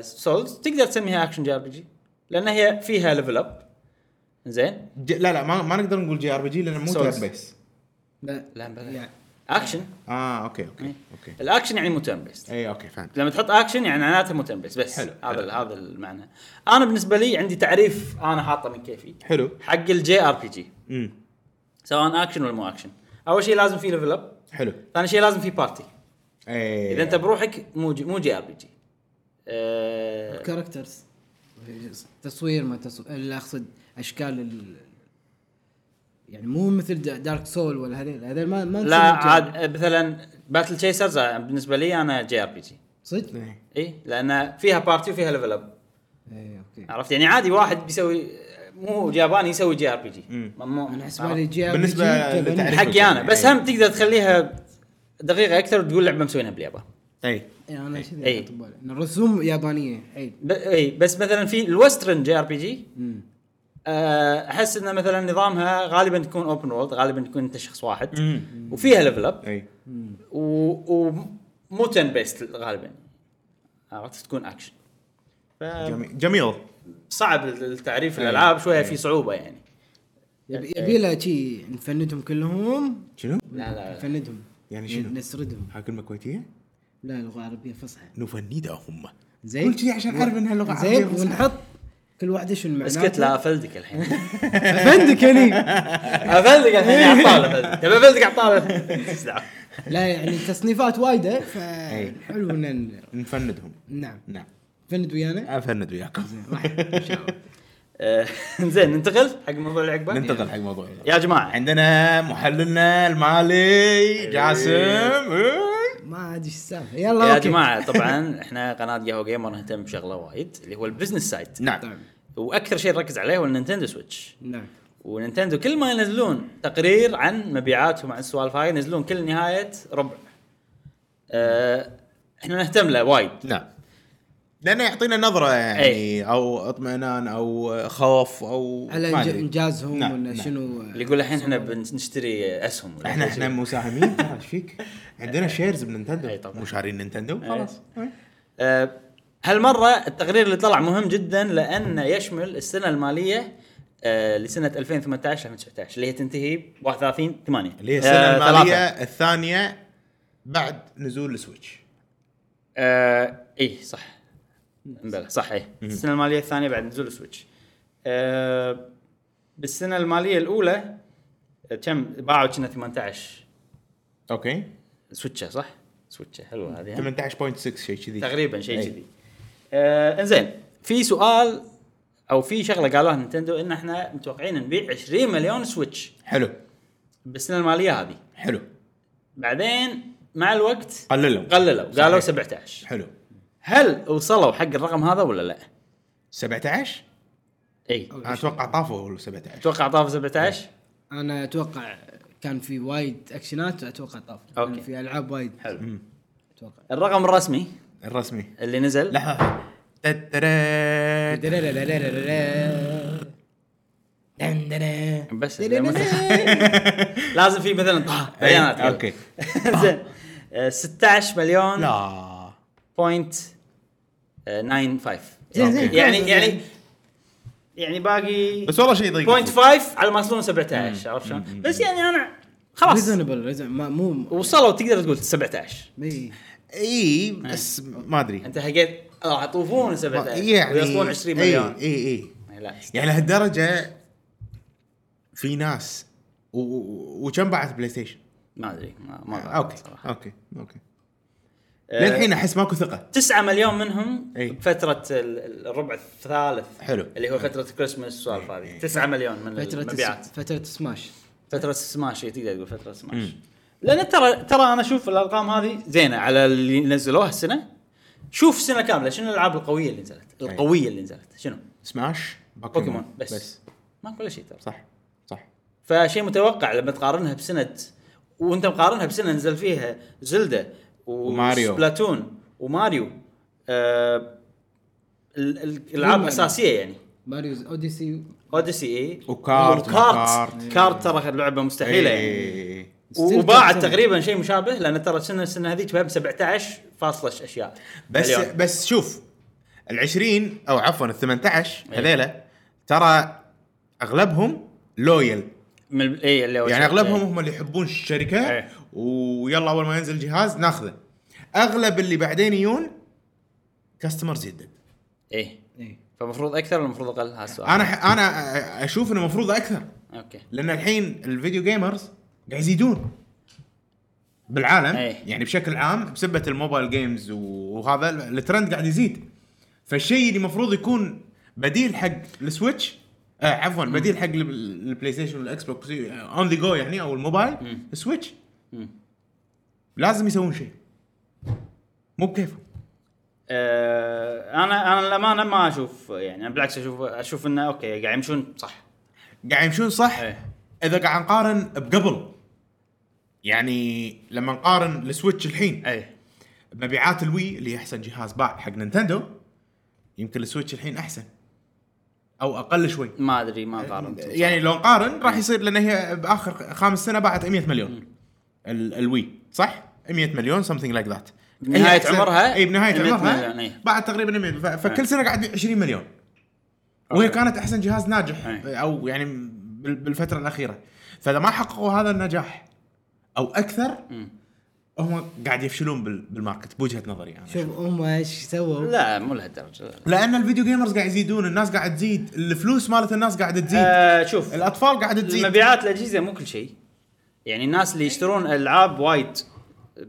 A: سولز آه، تقدر تسميها اكشن جي ار بي جي لان هي فيها ليفل اب زين
C: ج- لا لا ما, ما نقدر نقول جي ار بي جي لانه مو
A: Souls.
C: تيرن بيس
B: لا
A: لا بلا
B: يعني.
A: اكشن
C: اه اوكي اوكي اوكي
A: الاكشن يعني مو turn based
C: اي اوكي إيه، فهمت
A: لما تحط اكشن يعني معناته مو turn based بس
C: حلو،
A: هذا
C: حلو.
A: ال- هذا المعنى انا بالنسبه لي عندي تعريف انا حاطه من كيفي
C: حلو
A: حق الجي ار بي جي
C: امم
A: سواء اكشن ولا مو اكشن اول شيء لازم في ليفل اب
C: حلو إيه.
A: ثاني شيء لازم في بارتي
C: اي
A: اذا انت بروحك مو جي مو جي ار بي جي
B: أه، كاركترز تصوير ما تصوير لا اقصد اشكال ال... يعني مو مثل دا- دارك سول ولا هذيل هذيل ما ما
A: لا
B: نسميهم
A: عاد آه، مثلا باتل تشيسرز بالنسبه آه، لي انا جي ار بي جي
B: صدق؟
C: إيه.
A: اي لان فيها بارتي وفيها ليفل اب
B: اي اوكي
A: عرفت يعني عادي واحد بيسوي مو ياباني يسوي جي ار بي جي
C: مم.
A: ممنوع
B: انا حسب
A: عرفت؟
B: لي جي ار بي
C: بالنسبة
B: جي
C: لتعريف-
B: تبني-
A: حقي انا بس
C: إيه.
A: هم تقدر تخليها دقيقه اكثر وتقول لعبه مسوينها باليابان
C: اي
B: إيه، انا كذي
A: إيه.
B: أحط ببالي. إن الرسوم إيه. يابانيه حيل
A: ب... اي بس مثلا في الوسترن جي ار بي جي
B: مم.
A: آه، احس انه مثلا نظامها غالبا تكون اوبن وورلد غالبا تكون انت شخص واحد
C: امم
A: وفيها ليفل اب
C: اي
A: ومو تن بيست غالبا عرفت تكون اكشن
C: جميل- جميل
A: صعب التعريف الالعاب شويه في صعوبه يعني
B: يبي
C: إيه.
B: يبي له شي نفندهم كلهم
C: شنو؟
A: لا لا لا.
B: نفندهم
C: يعني شنو؟
B: نسردهم
C: هاي كلمه كويتيه؟
B: لا لغه عربيه فصحى
C: نفندهم
B: زين
C: قول كذي عشان اعرف انها لغه عربيه
B: زين
C: فصحى.
B: ونحط كل واحده شنو معناها
A: اسكت لا افلدك الحين
B: فندك يعني
A: افلدك الحين على الطاوله أفلدك. تبي افلدك على الطاوله إيش دعوة.
B: لا يعني تصنيفات وايده
C: إيه.
B: فحلو ان
C: نفندهم
B: نعم
C: نعم
B: فند ويانا
C: افند وياكم
B: زين راح ان شاء الله
A: آه، زين ننتقل حق الموضوع اللي عقبه
C: ننتقل حق موضوع
A: يا جماعه
C: عندنا محللنا المالي جاسم إيه.
B: ما عاد ايش السالفه يلا
A: يا
B: أوكي.
A: جماعه طبعا احنا قناه قهوه جيمر نهتم بشغله وايد اللي هو البزنس سايد
C: نعم
B: نعم
A: واكثر شيء نركز عليه هو النينتندو سويتش
B: نعم
A: ونينتندو كل ما ينزلون تقرير عن مبيعاتهم عن السوالف هاي ينزلون كل نهايه ربع آه، احنا نهتم له وايد
C: نعم لانه يعطينا نظره
A: أي.
C: يعني او اطمئنان او خوف او
B: على
C: ما
B: إنج-
C: أدري.
B: انجازهم
C: نعم،
B: ولا
C: نعم.
B: شنو
A: اللي يقول الحين احنا بنشتري اسهم ولا
C: احنا
A: شيء.
C: احنا مساهمين ترى ايش فيك؟ عندنا شيرز بنينتندو
A: أي طبعاً.
C: مو شارين نينتندو خلاص
A: آه، هالمره التقرير اللي طلع مهم جدا لانه يشمل السنه الماليه آه، لسنه 2018 2019 اللي هي تنتهي ب 31 8
C: اللي هي السنه
A: آه،
C: الماليه الثانيه بعد نزول السويتش
A: آه اي صح بلى صح إيه. اي السنه الماليه الثانيه بعد نزول السويتش آه بالسنه الماليه الاولى آه، كم باعوا كنا 18
C: اوكي
A: سويتشه صح؟ سويتشه حلوه هذه ها؟
C: 18.6 شيء كذي إيه.
A: تقريبا شيء
C: أي.
A: كذي آه انزين في سؤال او في شغله قالوها نينتندو ان احنا متوقعين نبيع 20 مليون سويتش
C: حلو
A: بالسنه الماليه هذه
C: حلو
A: بعدين مع الوقت
C: قللوا
A: قللوا قالوا 17
C: حلو
A: هل وصلوا حق الرقم هذا ولا لا؟ إيه.
C: 17
A: اي
C: انا اتوقع طافوا ال 17
A: اتوقع طاف 17
B: انا اتوقع كان في وايد اكشنات اتوقع طاف
A: أوكي.
B: كان في العاب وايد
A: حلو.
B: اتوقع
A: الرقم الرسمي
C: الرسمي
A: اللي نزل
C: لحظه تترات.
A: بس لا، مثل- لازم في مثلا طه بيانات
C: إيه، اوكي
A: زين آه، 16 مليون
C: لا
A: بوينت آه، 95
B: زين، زين،
A: أوكي. يعني
B: كويس،
A: يعني
B: زين.
A: يعني باقي
C: بس والله شيء ضيق
A: بوينت 5 على ما يصلون 17 عرفت شلون؟ بس يعني انا خلاص
B: ريزونبل ريزون ما مو
A: وصلوا تقدر تقول 17
B: اي
C: اي بس ما ادري
A: انت حقيت راح يطوفون 17
C: يعني
A: ويصلون 20 مليون
C: اي اي, إي.
A: يعني لا
C: يعني لهالدرجه في ناس و- و- وكم باعت بلاي ستيشن؟
A: ما ادري ما ما أدري
C: اوكي
A: صراحة.
C: اوكي اوكي
A: آه،
C: للحين احس ماكو ثقه
A: 9 مليون منهم
C: إي.
A: بفتره ال- ال- الربع الثالث
C: حلو.
A: اللي هو فتره كريسماس والسوالف هذه 9 مليون من
B: فترة
A: المبيعات
B: الس- فترة سماش
A: فتره سماش إي، تقدر تقول فتره سماش لان ترى ترى انا اشوف الارقام هذه زينه على اللي نزلوها السنه شوف سنه كامله شنو الالعاب القويه اللي نزلت
C: أي.
A: القويه اللي نزلت شنو
C: سماش
A: بوكيمون بس, بس. ما كل شيء ترى
C: صح صح
A: فشيء متوقع لما تقارنها بسنه وانت مقارنها بسنه نزل فيها زلدة
C: وماريو.
A: وسبلاتون وماريو آه ال- ال- الالعاب
B: ماريو.
A: اساسيه يعني
B: ماريوز اوديسي
A: اوديسي اي
C: وكارت،
A: وكارت
C: وكارت.
A: كارت ترى لعبه مستحيله يعني
C: يعني
A: و-
B: Still
A: وباعت
B: كارت.
A: تقريبا شيء مشابه لان ترى السنه السنه هذيك بهم 17 فاصله ش- اشياء
C: بس
A: مليون.
C: بس شوف ال 20 او عفوا ال 18
A: إيه.
C: هذيلا ترى اغلبهم لويل
A: من ال- اي اللي هو
C: يعني
A: شيء.
C: اغلبهم هم اللي يحبون الشركه
A: إيه.
C: ويلا اول ما ينزل جهاز ناخذه اغلب اللي بعدين يجون كاستمرز يدد
A: اي
B: اي
A: فالمفروض اكثر إيه. ولا المفروض اقل هذا السؤال
C: انا ح- انا أ- اشوف انه المفروض اكثر
A: اوكي
C: لان الحين الفيديو جيمرز قاعد يزيدون بالعالم
A: إيه.
C: يعني بشكل عام بسبه الموبايل جيمز وهذا ال- الترند قاعد يزيد فالشيء اللي المفروض يكون بديل حق السويتش آه عفوا بديل حق ال- البلاي ستيشن والاكس بوكس اون ذا جو يعني او الموبايل السويتش
A: مم.
C: لازم يسوون شيء مو بكيفهم
A: آه، انا انا الامانه ما اشوف يعني أنا بالعكس اشوف اشوف انه اوكي قاعد يمشون صح
C: قاعد يمشون صح
A: إيه.
C: اذا قاعد نقارن بقبل يعني لما نقارن السويتش الحين
A: اي
C: مبيعات الوي اللي هي احسن جهاز باع حق نينتندو يمكن السويتش الحين احسن او اقل شوي
A: ما ادري ما قارنت
C: يعني لو نقارن
A: إيه.
C: راح يصير لان هي باخر خامس سنه باعت 100 مليون ال- الوي صح 100 مليون something لايك ذات
A: بنهاية عمرها
C: اي بنهايه
A: 100
C: إيه، عمرها
A: مليون، يعني. إي.
C: باعت تقريبا 100 ف-
A: إي.
C: فكل سنه قاعد يبيع 20 مليون وهي
A: أوكي.
C: كانت احسن جهاز ناجح
A: إي.
C: او يعني بال- بالفتره الاخيره فاذا ما حققوا هذا النجاح او اكثر
A: مم.
C: هم قاعد يفشلون بال- بالماركت بوجهه نظري انا
B: شوف هم ايش سووا
A: لا مو لهالدرجه لا.
C: لان الفيديو جيمرز قاعد يزيدون الناس قاعد تزيد الفلوس مالت الناس قاعده تزيد آه
A: آه شوف
C: الاطفال قاعده تزيد
A: مبيعات الاجهزه مو كل شيء يعني الناس اللي يشترون العاب وايد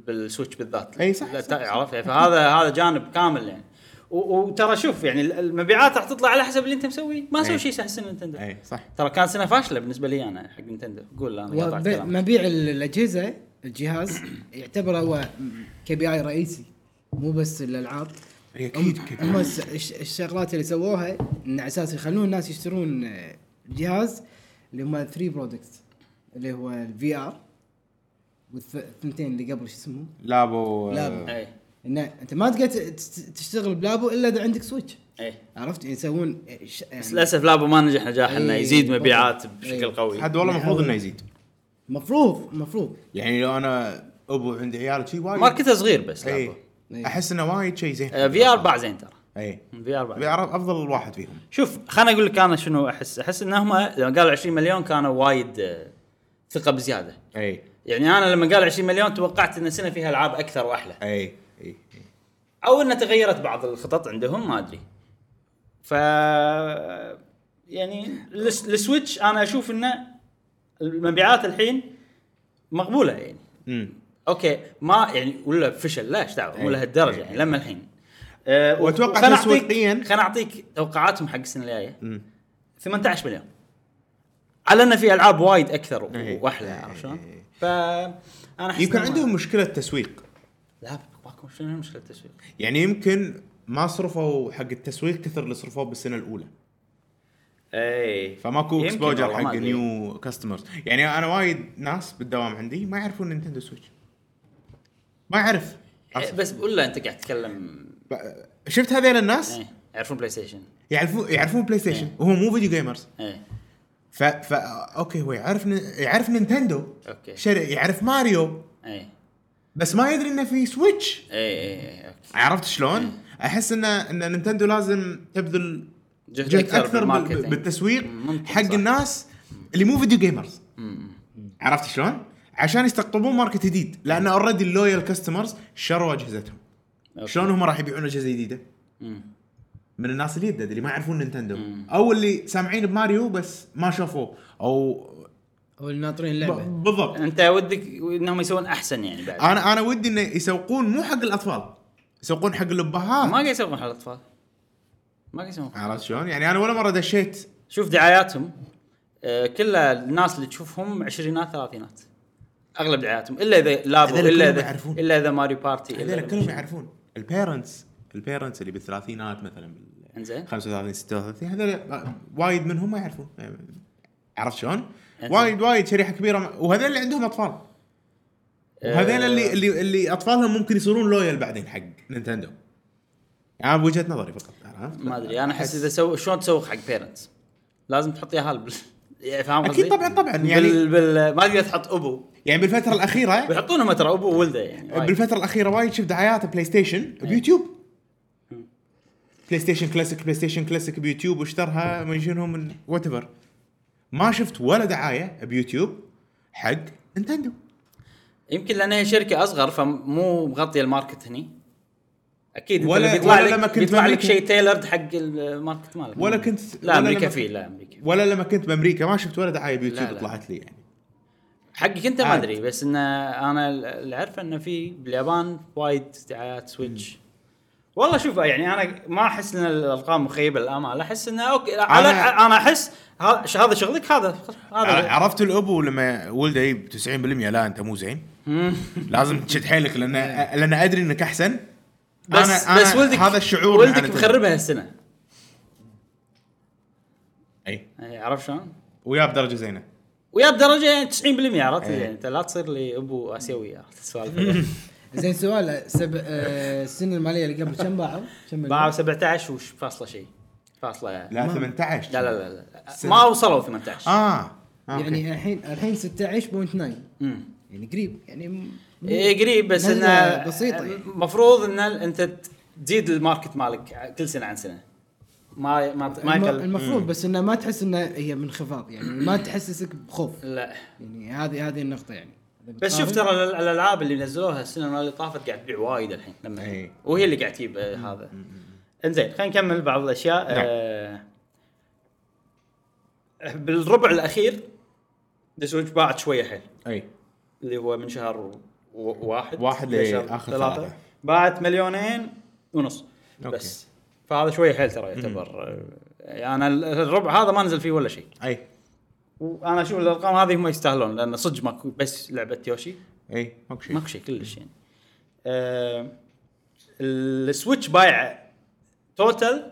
A: بالسويتش بالذات
C: أي إيه، صح،
A: لا
C: صح،
A: تعرف فهذا هذا جانب كامل يعني و- وترى شوف يعني المبيعات راح تطلع على حسب اللي انت مسويه ما سوي
C: أي.
A: شيء سنه نينتندو
C: اي إيه، صح
A: ترى كان سنه فاشله بالنسبه لي انا حق نينتندو قول انا قاطعت
B: وب-
A: كلامك.
B: مبيع ال- الاجهزه الجهاز يعتبر هو كي بي اي رئيسي مو بس الالعاب
C: إي أكيد
B: هم-
C: كي بي
B: هم الس- الش- الشغلات اللي سووها ان على اساس يخلون الناس يشترون آه، جهاز اللي هم 3 برودكتس اللي هو الفي ار والثنتين اللي قبل شو اسمهم
C: لابو
B: لابو.
A: اي
B: انه انت ما تقدر ت- ت- تشتغل بلابو الا اذا عندك سويتش
A: اي
B: عرفت يسوون آه، ش- يعني
A: بس للاسف لابو ما نجح نجاح انه
B: إي،
A: يزيد
B: بالضبط.
A: مبيعات
B: إي.
A: بشكل قوي
C: آه، حد والله المفروض انه يزيد
B: مفروض مفروض
C: يعني لو انا ابو عندي عيال شي وايد
A: ماركته صغير بس
C: اي
A: لابو آه،
B: إي.
C: احس انه وايد شيء زين إيه.
A: في ار باع زين ترى
C: اي
A: في ار باع
C: بيعرف افضل واحد فيهم
A: شوف خليني اقول لك انا شنو احس احس ان هم لما قالوا 20 مليون كانوا وايد آه، ثقه بزياده
C: اي
A: يعني انا لما قالوا 20 مليون توقعت ان السنه فيها العاب اكثر واحلى
C: اي اي إي.
A: او ان تغيرت بعض الخطط عندهم ما ادري ف يعني الس- السويتش انا اشوف انه المبيعات الحين مقبوله يعني
C: أمم.
A: اوكي ما يعني ولا فشل لا ايش دعوه مو
C: أي.
A: لهالدرجه يعني لما الحين أه
C: وأتوقع
A: خلنا أعطيك-
C: تسويقياً-
A: خلنا اعطيك توقعاتهم حق السنه الجايه
C: أمم.
A: 18 مليون على انه في العاب وايد اكثر و-
C: أي.
A: واحلى
C: أي.
A: عرفت شلون؟ ف انا أحس
C: يمكن
A: إنه-
C: عندهم مشكله تسويق
A: لا ماكو شنو مشكله التسويق
C: يعني يمكن ما صرفوا حق التسويق كثر اللي صرفوه بالسنه الاولى
A: اي
C: فماكو
A: يمكن
C: اكسبوجر
A: والله ما
C: حق
A: أدري.
C: نيو كاستمرز يعني انا وايد ناس بالدوام عندي ما يعرفون نينتندو سويتش ما يعرف
A: إيه، بس ولا انت قاعد تتكلم
C: ب- شفت هذيل الناس
A: إيه، يعرفون بلاي ستيشن
C: يعرفون يعرفون بلاي
A: إيه.
C: ستيشن وهم مو فيديو جيمرز
A: اي
C: ف, ف... اوكي هو يعرف ن... يعرف نينتندو
A: أوكي.
C: شر... يعرف ماريو
A: اي
C: بس ما يدري انه في
A: إيه،
C: سويتش
A: اي اوكي
C: عرفت شلون؟
A: إيه.
C: احس ان ان نينتندو لازم تبذل
A: جهد
C: جهد
A: أكثر
C: اكثر بال...
A: بالماركتينج.
C: بالتسويق
A: ممكن،
C: حق
A: صح.
C: الناس اللي مو فيديو جيمرز
A: أمم.
C: عرفت شلون؟ عشان يستقطبون ماركت جديد لان اوريدي اللويال كاستمرز شروا اجهزتهم
A: أوكي.
C: شلون هم راح يبيعون اجهزه جديده؟
A: مم.
C: من الناس الجدد اللي ما يعرفون نينتندو
A: مم.
C: او اللي سامعين بماريو بس ما شافوه او
B: او اللي ناطرين
C: ب-
B: اللعبه
C: بالضبط
A: انت ودك انهم يسوون احسن يعني بعد
C: انا انا ودي انه يسوقون مو حق الاطفال يسوقون حق الابهات
A: ما قاعد يسوون حق الاطفال ما قاعد يسوون
C: عرفت شلون؟ يعني انا ولا مره دشيت
A: شوف دعاياتهم آه، كلها الناس اللي تشوفهم عشرينات ثلاثينات اغلب دعاياتهم الا اذا لابو
C: هذول
A: الا
C: كلهم
A: اذا
C: يعرفون.
A: الا اذا ماريو بارتي إلا
C: هذول
A: إذا-
C: كلهم يعرفون البيرنتس البيرنتس اللي بالثلاثينات مثلا بال
A: إنزين.
C: 35 36 هذول وايد منهم ما يعرفون عرفت شلون؟
A: إنزين.
C: وايد وايد شريحه كبيره ما- وهذول اللي عندهم اطفال وهذول اللي اللي اللي اطفالهم ممكن يصيرون لويال بعدين حق نينتندو انا بوجهه نظري فقط عرفت؟
A: ما ادري انا احس اذا سو شلون تسوق حق بيرنتس لازم تحط يا هال بال... يعني فاهم
C: اكيد
A: قصدي؟
C: طبعا طبعا يعني
A: بال... بال... ما تقدر تحط ابو
C: يعني بالفتره الاخيره
A: ويحطونهم ترى ابو وولده يعني وايد. إيه.
C: بالفتره الاخيره وايد شفت دعايات بلاي ستيشن بيوتيوب بلاي ستيشن كلاسيك بلاي ستيشن كلاسيك بيوتيوب واشترها من شنو من وات ايفر ما شفت ولا دعايه بيوتيوب حق نينتندو
A: يمكن لان هي شركه اصغر فمو مغطيه الماركت هني اكيد أنت
C: ولا-
A: لو بيطلع
C: ولا
A: لك
C: لما كنت
A: بيطلع لك
C: بأمريكا.
A: شيء تailored حق الماركت مالك
C: ولا كنت
A: لا امريكا
C: لما-
A: في لا امريكا
C: ولا لما كنت بامريكا ما شفت ولا دعايه بيوتيوب
A: لا، لا.
C: طلعت لي يعني
A: حقك انت ما
C: عاد.
A: ادري بس ان انا اللي اعرفه انه في باليابان وايد دعايات سويتش والله شوف يعني انا ما احس ان الارقام مخيبه للامال احس انه اوكي على
C: أنا-
A: انا احس ها- ش- هذا شغلك هذا
C: ع-
A: هذا
C: عرفت الابو لما ولده يجيب 90% لا انت مو زين لازم تشد حيلك لان لان ادري انك احسن
A: إيه. بس
C: أنا-
A: بس
C: أنا
A: ولدك
C: هذا الشعور مع
A: ولدك
C: نينتندو.
A: مخربها هالسنه
C: اي
A: يعني عرفت شلون؟
C: وياه بدرجه زينه
A: ويا بدرجه يعني 90% عرفت
C: إيه.
A: يعني انت لا تصير لي ابو اسيوي عرفت السوالف
B: زين سؤال سب... آه السنه الماليه اللي قبل كم باعوا؟ كم مليون؟
A: باعوا 17 وش فاصله شيء فاصله لا
C: لا 18
A: لا لا لا
C: سنة.
A: ما وصلوا 18
C: اه آه، أوكي.
B: يعني الحين الحين 16.9
A: مم.
B: يعني قريب يعني م-
A: ايه قريب بس
B: نزلة
A: انه
B: بسيطه يعني
A: المفروض ان انت تزيد الماركت مالك كل سنه عن سنه ما ما ما
B: الم-
A: يقل
B: المفروض بس انه ما تحس انه هي منخفاض يعني ما تحسسك بخوف
A: لا
B: يعني هذه هذه النقطه يعني
A: بس شوف ترى ال- الالعاب اللي نزلوها السنه اللي طافت قاعد تبيع وايد الحين لما
C: إي.
A: وهي اللي قاعد تجيب آه، هذا انزين خلينا نكمل بعض الاشياء
C: نعم.
A: آه بالربع الاخير سويتش باعت شويه حيل
C: اي
A: اللي هو من شهر و- واحد
C: واحد
A: لشهر
C: لآخر ثلاثة.
A: باعت مليونين ونص
C: أوكي.
A: بس فهذا شويه حيل ترى يعتبر آه، انا ال- الربع هذا ما نزل فيه ولا شيء
C: اي
A: وانا اشوف الارقام هذه هم يستاهلون لان صدق ماكو بس لعبه يوشي
C: اي ماكو شيء
A: ماكو شيء كلش يعني آه السويتش بايع توتال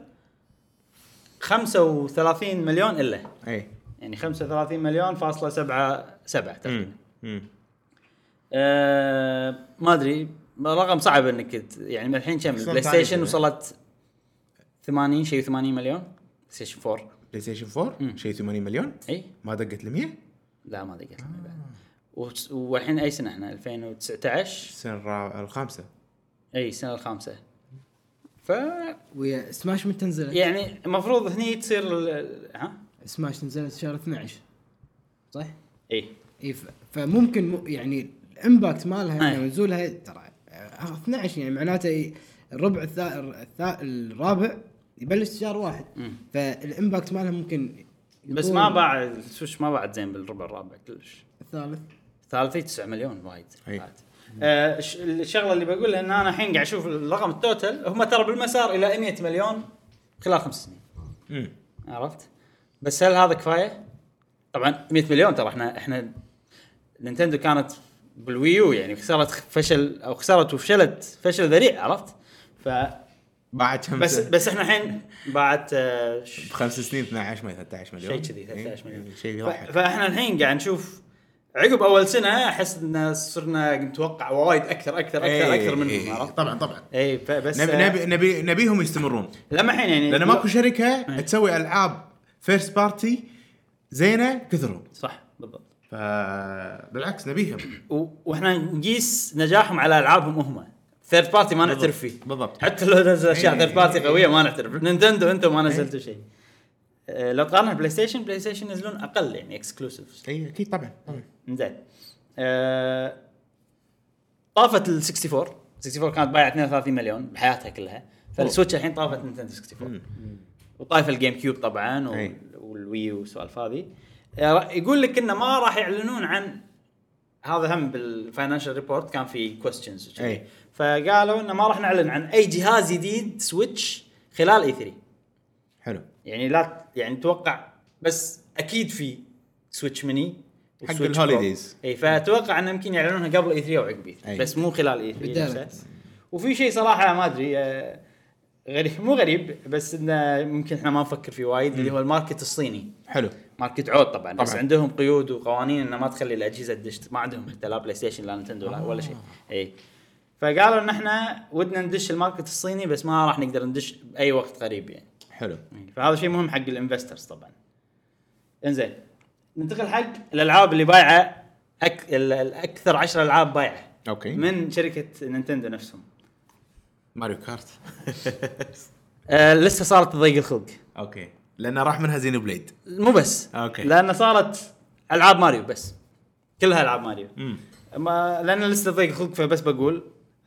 A: 35 مليون الا
C: اي
A: يعني 35 مليون فاصلة سبعة سبعة تقريبا
C: مم. مم.
A: آه ما ادري رقم صعب انك ت- يعني من الحين كم
C: شلون
A: البلاي
C: تعرف
A: ستيشن
C: يعني؟
A: وصلت 80 شيء 80 مليون بلاي ستيشن 4
C: بلاي ستيشن 4 شيء 80 مليون
A: اي
C: ما دقت ل 100
A: لا ما دقت لنا
C: آه.
A: بعد وتس- والحين اي سنه احنا 2019
C: السنه الرابعه الخامسه
A: اي السنه الخامسه ف
B: ويا سماش متى نزلت؟
A: يعني المفروض هني تصير ال- ها
B: سماش نزلت شهر 12 صح؟
A: اي
B: اي إيه، ف- فممكن مو- يعني الامباكت مالها
A: أي.
B: يعني نزولها ترى آه، 12 يعني معناته ي- الربع الثا... الثا... الرابع يبلش شهر واحد
A: مم.
B: فالامباكت مالها ممكن
A: بس
B: يكون
A: ما باع السويتش ما باعت زين بالربع الرابع كلش
B: الثالث
A: ثالثي 9 مليون وايد
C: أي.
A: بعد. آه الش- الشغله اللي بقولها ان انا الحين قاعد اشوف الرقم التوتال هم ترى بالمسار الى 100 مليون خلال خمس سنين
C: امم
A: عرفت؟ بس هل هذا كفايه؟ طبعا 100 مليون ترى احنا احنا نينتندو كانت بالويو يعني خسرت فشل او خسرت وفشلت فشل ذريع عرفت؟ ف
C: بعد كم
A: بس
C: سنة؟
A: بس احنا الحين بعد آه، ش-
C: بخمس سنين 12 مليون 13 مليون
A: شيء كذي 13 مليون
C: إي، شيء
A: ف-
C: يضحك
A: فاحنا الحين قاعد نشوف عقب اول سنه احس ان صرنا نتوقع وايد اكثر اكثر اكثر
C: إي،
A: اكثر
C: إي،
A: منهم عرفت؟
C: طبعا طبعا
A: اي فبس
C: إيه، نبي
A: آه،
C: نبي نبي نبيهم يستمرون
A: لما الحين يعني
C: لان ماكو شركه تسوي العاب فيرست بارتي زينه كثرهم
A: صح بالضبط
C: فبالعكس نبيهم
A: و- واحنا نقيس نجاحهم على العابهم هم ثيرد بارتي ما نعترف فيه
C: بالضبط إيه،
A: حتى لو نزل اشياء
C: إي،
A: ثيرد
C: إي،
A: بارتي
C: إي.
A: قويه ما نعترف نينتندو انتم ما
C: إيه.
A: نزلتوا شيء إيه، آه، لو تقارنها بلاي ستيشن بلاي ستيشن ينزلون اقل يعني اكسكلوسيف
C: اي اكيد طبعا إيه، طبعاً.
A: زين آه، طافت ال 64 64 كانت بايعه 32 مليون بحياتها كلها فالسويتش الحين طافت نينتندو 64 وطايفه الجيم كيوب طبعا
C: أي.
A: وال- والوي والسوالف هذه آه، يقول لك انه ما راح يعلنون عن هذا هم بالفاينانشال ريبورت كان في كويستشنز
C: أي.
A: فقالوا انه ما راح نعلن عن اي جهاز جديد سويتش خلال E اي 3
C: حلو
A: يعني لا يعني توقع بس اكيد في سويتش ميني
C: حق
A: وسويتش برو.
C: الهوليديز.
A: اي فاتوقع انه يمكن يعلنونها قبل E اي 3 او عقبي
C: أي.
A: بس مو خلال اي 3
B: بالدايركت.
A: نفسه. وفي شيء صراحه ما ادري آه، غريب مو غريب بس انه يمكن احنا ما نفكر فيه وايد اللي هو الماركت الصيني
C: حلو
A: ماركت عود طبعا, طبعا. بس
C: طبعاً.
A: عندهم قيود وقوانين انه ما تخلي الاجهزه تدش ما عندهم حتى لا بلاي ستيشن لا نينتندو لا ولا شيء
C: آه.
A: اي فقالوا ان احنا ودنا ندش الماركت الصيني بس ما راح نقدر ندش باي وقت قريب يعني
C: حلو
A: فهذا شيء مهم حق الانفسترز طبعا انزين ننتقل حق الالعاب اللي بايعه أك... ال- الاكثر 10 العاب بايعه
C: اوكي
A: من شركه نينتندو نفسهم
C: ماريو كارت
A: آه لسه صارت تضيق الخلق
C: اوكي لانه راح منها زينو بليد
A: مو بس
C: أوكي.
A: لان صارت العاب ماريو بس كلها العاب ماريو
C: امم
A: ما لان لسه ضيق الخلق فبس بقول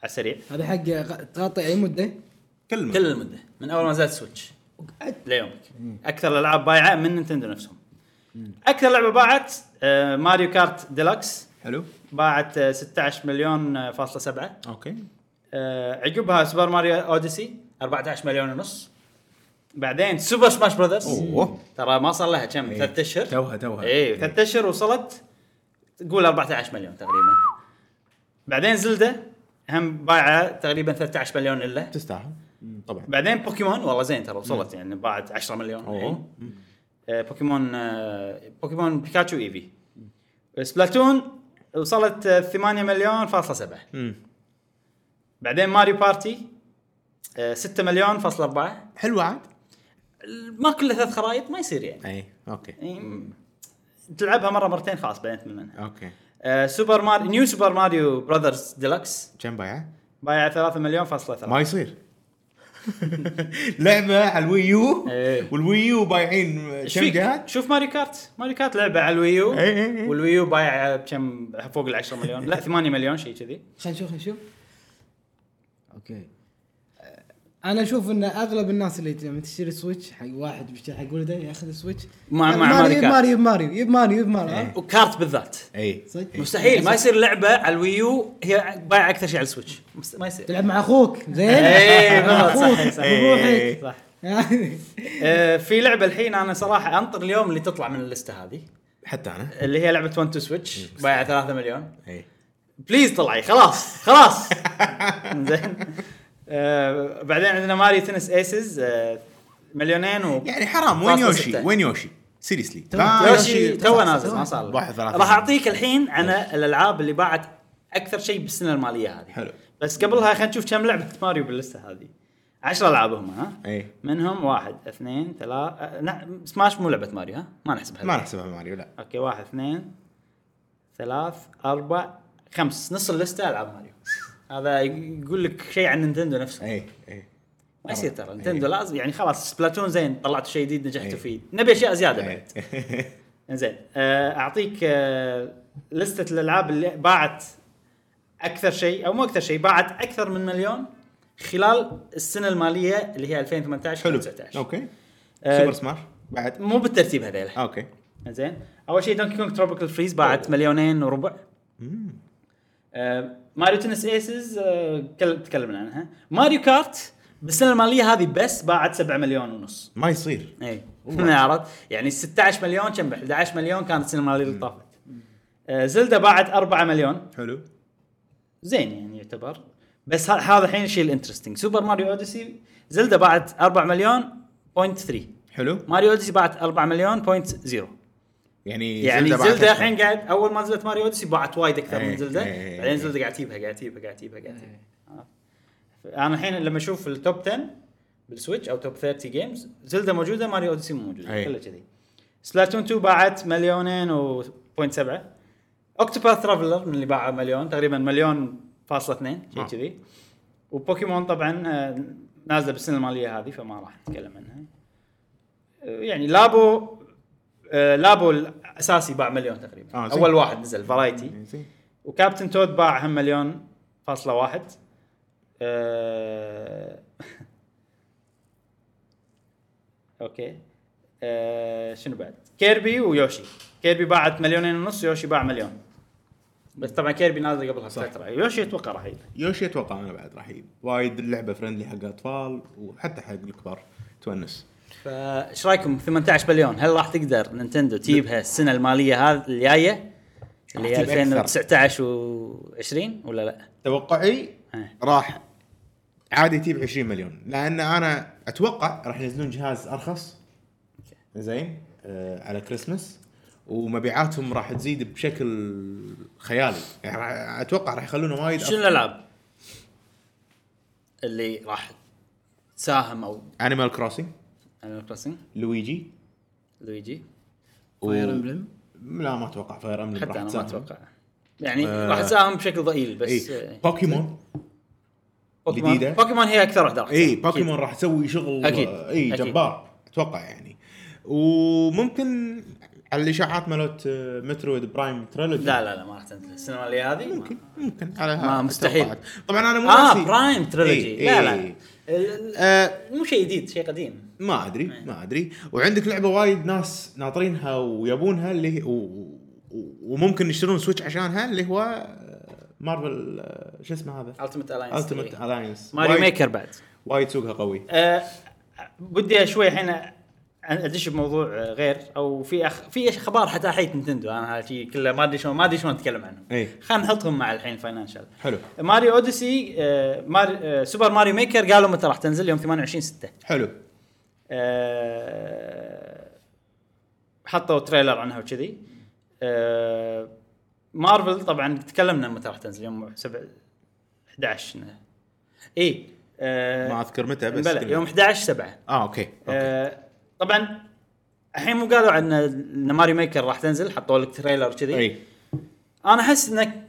A: على السريع
B: هذا حق غ- تغطي اي مده
C: كلمه
A: كل المده من اول ما نزلت سويتش ليومك اكثر الالعاب بايعه من نينتندو نفسهم اكثر لعبه باعت آه ماريو كارت ديلكس
C: حلو
A: باعت آه، 16 مليون آه، فاصلة سبعة
C: اوكي
A: آه، عقبها سوبر ماريو اوديسي 14 مليون ونص بعدين سوبر سماش براذرز
C: أوه. إيه.
A: ترى ما صار لها كم ثلاث اشهر
C: توها- توها. إيه.
A: اي ثلاث اشهر وصلت قول 14 مليون تقريبا بعدين زلدة هم بايعه تقريبا 13 مليون الا
C: تستاهل مم، طبعا
A: بعدين بوكيمون والله زين ترى وصلت يعني باعت 10 مليون الحين.
C: اوه
A: آه، بوكيمون آه، بوكيمون بيكاتشو ايفي سبلاتون وصلت آه، 8 مليون فاصلة 7
C: امم
A: بعدين ماريو بارتي آه، 6 مليون فاصلة 4
C: حلو عاد إيه.
A: ما كله ثلاث خرائط ما يصير يعني
C: اي اوكي
A: يعني م- تلعبها مره مرتين خلاص بعدين تمل منها
C: اوكي
A: آه، سوبر ماريو نيو سوبر ماريو براذرز ديلكس
C: كم بايعه؟
A: بايع 3 مليون فاصلة 3
C: ما يصير لعبه على الويو
A: إيه.
C: والويو بايعين
A: ايش
C: كم
A: فيك؟
C: جهاز؟ إيه،
A: شوف ماريو كارت ماريو كارت لعبه على الويو
C: إي إي إي.
A: والويو بايع بكم فوق ال 10 مليون لا 8 مليون شيء كذي
B: خلينا نشوف خلينا نشوف اوكي أه، انا اشوف ان اغلب الناس اللي لما تشتري سويتش حق واحد بيشتري حق ولده ياخذ سويتش
A: مع- مع ماريو
B: ماريو
A: كارت.
B: ماريو ماريو يب ماريو يب ماريو ها؟
A: وكارت بالذات
C: اي
B: صدق
A: إيه. مستحيل ما يصير لعبه على الويو هي بايع اكثر شيء على السويتش مست- ما يصير
B: تلعب مع اخوك زين
A: إيه،
B: مع
A: بالضبط، صحيح،
B: اخوك
A: صحيح.
B: بروحك
A: صح
B: يعني
A: آه، في لعبه الحين انا صراحه انطر اليوم اللي تطلع من اللسته هذه
C: حتى إيه. انا
A: اللي هي لعبه 1 تو سويتش بايع 3 مليون
C: اي
A: بليز طلعي خلاص خلاص زين آه بعدين عندنا ماريو تنس ايسز آه مليونين و
C: يعني حرام وين
A: فاصلة
C: يوشي؟
A: ستة.
C: وين يوشي؟ سيريسلي
B: تمام.
C: لا،
A: آه، يوشي تو نازل
B: تسعة.
A: ما صار له.
C: واحد ثلاثة.
A: راح اعطيك الحين انا الالعاب اللي باعت اكثر شيء بالسنه الماليه هذه
C: حلو.
A: بس قبلها خلينا نشوف كم لعبه ماريو باللسته هذه 10 العاب هم ها
C: اي
A: منهم واحد اثنين ثلاثة نعم سماش مو لعبة ماريو ها ما نحسبها
C: ما نحسبها ماريو لا
A: اوكي واحد اثنين ثلاث اربع خمس نص اللستة العاب ماريو هذا يقول لك شيء عن نينتندو نفسه
C: اي اي
A: ما يصير
C: أيوة.
A: ترى نينتندو لازم يعني خلاص سبلاتون زين طلعتوا شيء جديد نجحتوا
C: إيه.
A: فيه نبي اشياء زياده
C: أيوة.
A: بعد
C: إي.
A: انزين آه، اعطيك آه، لستة الالعاب اللي باعت اكثر شيء او مو اكثر شيء باعت اكثر من مليون خلال السنه الماليه اللي هي 2018
C: حلو
A: 2019
C: اوكي
A: آه،
C: سوبر سماش بعد
A: مو بالترتيب هذيل
C: اوكي
A: زين اول شيء دونكي كونغ تروبيكال فريز باعت مليونين وربع آه، ماريو تنس ايسز آه، كل- تكلمنا عنها ماريو كارت بالسنه الماليه هذه بس باعت 7 مليون ونص
C: ما يصير
A: اي
C: والله.
A: إيه. عرفت يعني 16 مليون كم 11 مليون كانت السنه الماليه اللي طافت آه، زلدا باعت 4 مليون
C: حلو
A: زين يعني يعتبر بس ه- هذا الحين الشيء الانترستنج سوبر ماريو اوديسي زلدا باعت 4 مليون بوينت 3
C: حلو
A: ماريو اوديسي باعت 4 مليون بوينت 0
C: يعني
A: يعني
C: بعد
A: زلدا
C: أكثر.
A: الحين قاعد اول ما نزلت ماريو اوديسي باعت وايد اكثر
C: إيه،
A: من زلدا
C: إيه،
A: بعدين
C: إيه.
A: زلدا قاعد تجيبها قاعد تجيبها قاعد تجيبها قاعد تجيبها عرفت؟ انا الحين لما اشوف التوب 10 بالسويتش او توب 30 جيمز زلدا موجوده ماريو اوديسي مو موجوده
C: إيه.
A: كلها كذي سلاتون 2 باعت مليونين و بوينت سبعة اوكتوباث ترافلر من اللي باع مليون تقريبا مليون فاصلة اثنين شيء
C: نعم.
A: كذي وبوكيمون طبعا آه، نازله بالسنه الماليه هذه فما راح نتكلم عنها آه، يعني لابو آه، لابو الاساسي باع مليون تقريبا
C: آه، زين.
A: اول واحد نزل فرايتي
C: زين.
A: وكابتن تود باع هم مليون فاصلة واحد آه، اوكي آه، شنو بعد؟ كيربي ويوشي كيربي باعت مليونين ونص يوشي باع مليون بس طبعا كيربي نازل قبلها
C: صح.
A: بفتره يوشي اتوقع راح يجي
C: يوشي اتوقع انا بعد راح يجيب وايد اللعبه فرندلي حق الاطفال وحتى حق الكبار تونس
A: فايش رايكم 18 بليون هل راح تقدر نينتندو تجيبها السنه الماليه هذه الجايه اللي هي
C: راح تجيب أكثر.
A: 2019 و20 ولا لا؟
C: توقعي
A: إيه.
C: راح عادي تجيب 20 مليون لان انا اتوقع راح ينزلون جهاز ارخص زين آه على كريسمس ومبيعاتهم راح تزيد بشكل خيالي يعني راح- اتوقع راح يخلونه وايد
A: شنو الالعاب اللي راح تساهم او
C: انيمال كروسنج
A: انيمال كروسنج
C: لويجي
A: لويجي
C: و-
B: فاير امبلم
C: لا ما اتوقع فاير امبلم
A: حتى
C: راح
A: انا ما
C: تساهم.
A: اتوقع يعني
C: آه.
A: راح تساهم بشكل ضئيل بس
C: اي
A: آه،
C: بوكيمون
A: بوكيمون
C: جديدة. إيه.
A: بوكيمون هي اكثر واحده راح
C: اي
A: تساهم، أكيد.
C: بوكيمون راح تسوي شغل
A: أكيد.
C: اي
A: أكيد.
C: جبار اتوقع يعني وممكن على الاشاعات مالت آه، مترويد برايم تريلوجي
A: لا لا لا ما راح تنزل السنه الماليه هذه ما-
C: ممكن ممكن على
A: ما مستحيل.
C: أتوقع. طبعا انا مو
A: اه
C: ناسي.
A: برايم تريلوجي
C: إي،
A: لا
C: إي.
A: لا ال-
C: آه
A: مو شيء جديد شيء قديم
C: ما ادري
A: إيه.
C: ما ادري وعندك لعبه وايد ناس ناطرينها ويبونها اللي هي- و... و... وممكن يشترون سويتش عشانها اللي هو آه، مارفل آه، شو اسمه هذا
A: التيمت الاينس
C: التيمت الاينس
A: ماريو ميكر بعد
C: وايد سوقها قوي
A: آه، بدي شوي الحين ادش بموضوع آه، غير او في أخ... في اخبار حتى حيت نتندو انا هذا شيء كله ما ادري شلون ما ادري شلون اتكلم عنهم
C: إيه.
A: خلينا نحطهم مع الحين فاينانشال
C: حلو
A: ماريو اوديسي آه، مار... آه، سوبر ماريو ميكر قالوا متى راح تنزل يوم 28 6
C: حلو
A: آه، حطوا تريلر عنها وكذي آه، مارفل طبعا تكلمنا متى راح تنزل يوم 7 11 اي
C: ما اذكر متى بس
A: بلى
C: قلنا.
A: آه، يوم 11 7
C: اه اوكي, أوكي.
A: آه، طبعا الحين مو قالوا عن ان ماريو ميكر راح تنزل حطوا لك تريلر كذي
C: اي
A: انا احس انك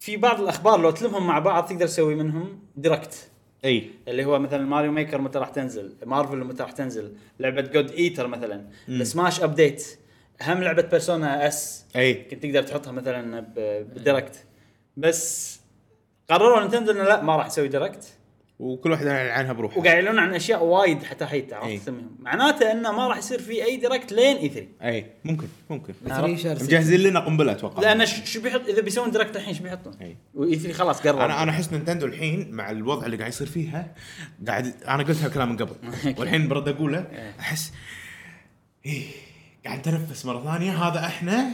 A: في بعض الاخبار لو تلمهم مع بعض تقدر تسوي منهم ديركت
C: اي
A: اللي هو مثلا ماريو ميكر متى راح تنزل مارفل متى راح تنزل لعبه جود ايتر مثلا سماش ابديت هم لعبه بيرسونا اس
C: اي
A: كنت تقدر تحطها مثلا ب- بالديركت بس قرروا نتندو انه لا ما راح نسوي ديركت
C: وكل واحد يعلن عنها بروحه
A: وقاعد يعلنون عن اشياء وايد حتى حيت
C: إي.
A: عرفت تسميهم معناته انه ما راح يصير في اي ديركت لين E اي 3
C: اي ممكن ممكن
A: عرفت؟
B: مثل شهر ستة.
C: مجهزين لنا قنبله اتوقع
A: لان ش- شو بيحط اذا بيسوون ديركت الحين شو بيحطون؟
C: إي.
A: واي 3 خلاص قرر
C: انا انا احس نينتندو الحين مع الوضع اللي قاعد يصير فيها قاعد انا قلت هالكلام من قبل والحين برد اقوله احس إيه، قاعد تنفس مره ثانيه هذا احنا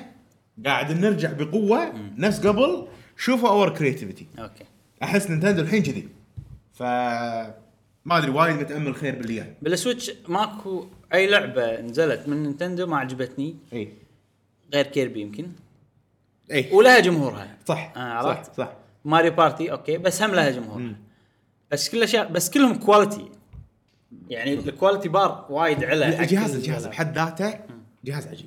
C: قاعد نرجع بقوه نفس قبل شوفوا اور كريتيفيتي
A: اوكي
C: احس نينتندو الحين كذي ف ما ادري وايد متامل خير باللي جاي
A: بالسويتش ماكو اي لعبه نزلت من نينتندو ما عجبتني
C: اي
A: غير كيربي يمكن
C: اي
A: ولها جمهورها
C: إيه. صح
A: آه، عرفت؟
C: صح, صح.
A: ماريو بارتي اوكي بس هم لها جمهورها بس كل اشياء بس كلهم كواليتي يعني الكواليتي بار وايد علا حق
C: الجهاز
A: كل-
C: الجهاز بحد ذاته جهاز عجيب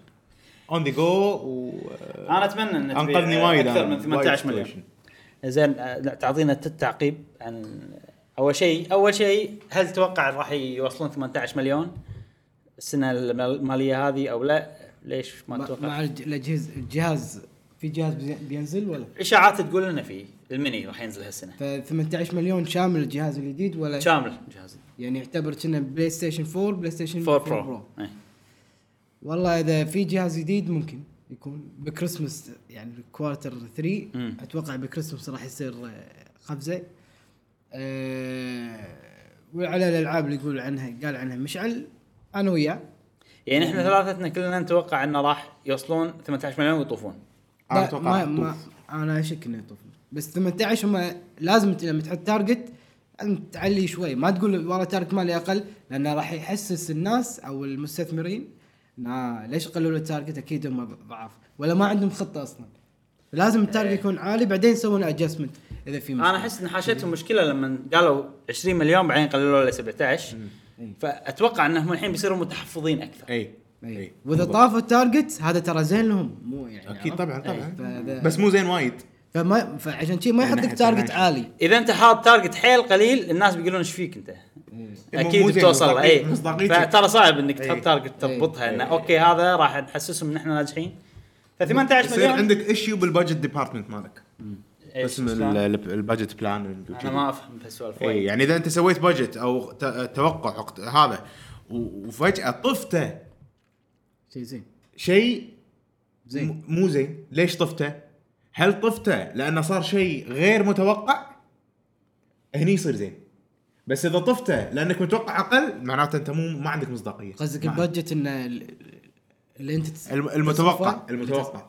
C: اون ذا جو و
A: انا اتمنى ان تبيع
C: انقذني وايد
A: اكثر
C: أنا
A: من 18
C: وايد
A: مليون
C: situation.
A: زين آه، لا، تعطينا ت- تعقيب عن اول شيء اول شيء هل تتوقع راح يوصلون 18 مليون السنه الماليه هذه او لا ليش ما
B: مع
A: تتوقع
B: مع الج- الجهاز الجهاز في جهاز بي- بينزل ولا؟
A: اشاعات تقول انه في المني راح ينزل هالسنه
B: ف 18 مليون شامل الجهاز الجديد ولا؟
A: شامل جهاز
B: يعني يعتبر كنا بلاي ستيشن 4 بلاي ستيشن
A: 4 برو إيه.
B: والله اذا في جهاز جديد ممكن يكون بكريسمس يعني كوارتر 3
A: مم.
B: اتوقع بكريسمس راح يصير آه، قفزه أه وعلى الالعاب اللي يقول عنها قال عنها مشعل انا وياه
A: يعني احنا ثلاثتنا كلنا نتوقع انه راح يوصلون 18 مليون ويطوفون
C: انا
B: لا،
C: اتوقع
B: ما, ما انا اشك انه يطوف بس 18 هم لازم ت- لما تحط تارجت لازم تعلي شوي ما تقول والله تارجت مالي اقل لانه راح يحسس الناس او المستثمرين نا ليش قللوا التارجت اكيد هم ضعاف ولا ما عندهم خطه اصلا لازم التارجت يكون عالي بعدين يسوون ادجستمنت اذا في مشكله
A: انا احس ان حاشتهم مشكله لما قالوا 20 مليون بعدين قللوا له 17 فاتوقع انهم الحين بيصيروا متحفظين اكثر
C: اي
B: أي.
C: اي
B: واذا إيه. طافوا التارجت هذا ترى زين لهم مو يعني
C: اكيد
B: عرفت؟
C: طبعا طبعا
B: فهذا-
C: بس مو زين وايد
B: فما فعشان شي ما
C: من
B: يحط لك
C: ناحية
B: تارجت
C: financial.
B: عالي
A: اذا انت حاط تارجت حيل قليل الناس بيقولون ايش فيك انت
C: إيه. مو
A: اكيد
C: زين،
A: بتوصل له، اي
C: مصداقيتك- إيه.
A: فترى صعب انك تحط
C: إي.
A: تارجت
B: إي.
A: تضبطها انه اوكي هذا راح نحسسهم ان احنا ناجحين ف 18
C: يصير
A: مليون
C: عندك ايشيو بالبادجت ديبارتمنت مالك
A: إيش
C: اسم
A: شلون؟
C: ال- ال- البادجت بلان
A: انا ما افهم في السوالف
C: اي
A: وايد.
C: يعني اذا انت سويت بادجت او ت- توقع عقد- هذا و- وفجاه طفته
B: شيء زين
C: شيء
B: زين
C: م- مو زين ليش طفته؟ هل طفته لانه صار شيء غير متوقع؟ هني يصير زين بس اذا طفته لانك متوقع اقل معناته انت مو ما عندك مصداقيه
B: قصدك
C: ما-
B: البادجت ان ال- اللي انت تس-
C: نعم. الم- المتوقع
B: تصرفه-
C: المتوقع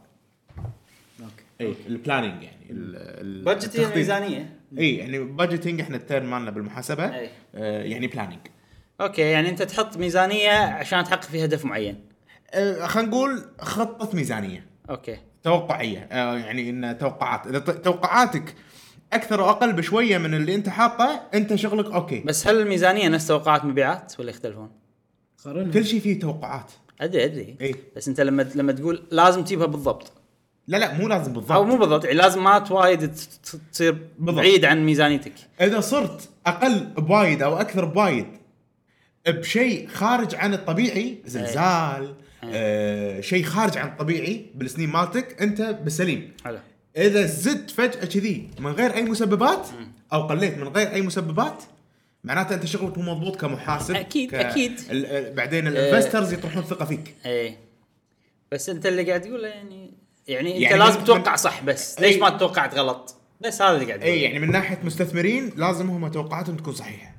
B: اوكي
C: اي البلاننج إيه، يعني ال- ال-
A: بادجت هي
C: التخطيط.
A: الميزانيه
C: اي يعني بادجتنج احنا التيرم مالنا بالمحاسبه
A: أي.
C: آه يعني بلاننج
A: اوكي يعني انت تحط ميزانيه عشان تحقق فيها هدف معين
C: آه خلينا نقول خطه ميزانيه
A: اوكي
C: توقعيه آه يعني ان توقعات اذا ت- توقعاتك اكثر واقل بشويه من اللي انت حاطه انت شغلك اوكي
A: بس هل الميزانيه نفس توقعات مبيعات ولا يختلفون؟
B: قارنها
C: كل شيء فيه توقعات
A: ادري ادري
C: إي.
A: بس انت لما لما تقول لازم تجيبها بالضبط
C: لا لا مو لازم
A: او
C: بالضبط
A: مو بالضبط يعني لازم ما توايد ت- ت- تصير
C: بالضبط.
A: بعيد عن ميزانيتك
C: اذا صرت اقل بوايد او اكثر بوايد بشيء خارج عن الطبيعي زلزال
A: إيه.
C: آه شيء خارج عن الطبيعي بالسنين مالتك انت بالسليم
A: حلو
C: اذا زدت فجاه كذي من غير اي مسببات او قليت من غير اي مسببات معناته انت شغلك مو مضبوط كمحاسب
A: أكيد،
C: ك...
A: أكيد.
C: ال- ال- بعدين الانفسترز يطرحون ثقه فيك
A: ايه بس انت اللي قاعد تقوله يعني يعني انت
C: يعني إيه.
A: لازم
C: من-
A: تتوقع صح بس ليش
C: إي.
A: ما توقعت غلط بس هذا اللي قاعد
C: اي يعني من ناحيه مستثمرين لازم هم توقعاتهم تكون صحيحه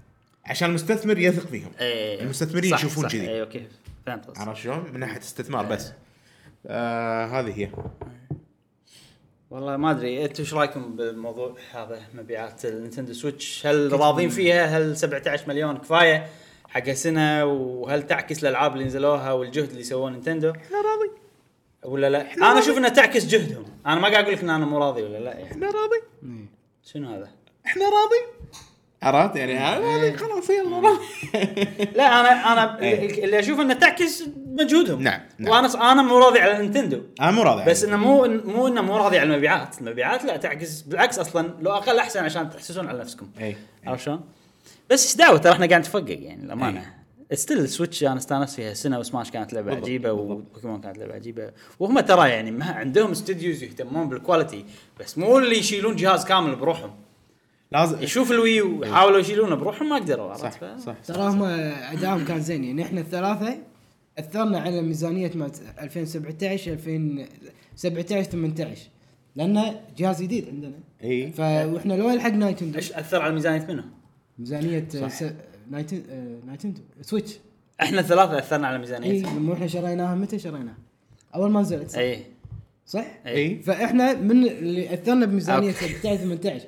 C: عشان المستثمر يثق فيهم
A: اي
C: المستثمرين يشوفون كذي.
A: اي اوكي إيه، فهمت قصدك
C: عرفت شلون؟ من ناحيه استثمار بس آه هذه هي
A: والله ما ادري انتم ايش رايكم بالموضوع هذا مبيعات النينتندو سويتش هل راضين فيها هل 17 مليون كفايه حق هالسنه وهل تعكس الالعاب اللي نزلوها والجهد اللي سووه نينتندو
C: احنا راضي
A: ولا لا انا اشوف انها تعكس جهدهم انا ما قاعد اقول لك ان انا مو راضي ولا لا يعني
C: احنا راضي
B: إيه.
A: شنو هذا
C: احنا راضي عرفت يعني أنا راضي خلاص يلا راضي
A: لا انا انا
C: إيه.
A: اللي اشوف انه تعكس مجهودهم
C: نعم، نعم. طيب.
A: وانا ص- انا مو راضي على نينتندو
C: انا مو راضي
A: بس انه مو مو انه مو راضي على المبيعات، المبيعات لا تعكس بالعكس اصلا لو اقل احسن عشان تحسسون على نفسكم.
C: اي
A: عرفت شلون؟ بس ايش دعوه ترى احنا قاعد نتفقق يعني الامانه. ستيل سويتش انا استانست فيها السنه وسماش كانت لعبه
C: إيه. بالضبط،
A: عجيبه وبوكيمون كانت لعبه عجيبه وهم ترى يعني ما عندهم استديوز يهتمون بالكواليتي بس مو اللي يشيلون جهاز كامل بروحهم
C: لازم
A: يشوف الوي وحاولوا يشيلونه بروحهم ما قدروا عرفت؟
C: إيه. صح
A: ف-
C: صح
B: تراهم ادائهم كان زين يعني احنا الثلاثه اثرنا على ميزانيه مالت 2017 2017 18 لانه جهاز جديد عندنا
C: اي
B: ف واحنا لو لحق نايتندو
A: ايش اثر على ميزانيه منهم؟
B: ميزانيه آه، س... نايتن... آه، نايتندو سويتش
A: احنا الثلاثه اثرنا على
B: اي
A: ميزانيتهم.
B: لما احنا شريناها متى شريناها؟ اول ما نزلت
A: اي
B: صح؟
A: إيه.
C: اي
B: فاحنا من اللي اثرنا بميزانيه
A: أوكي.
B: 17 18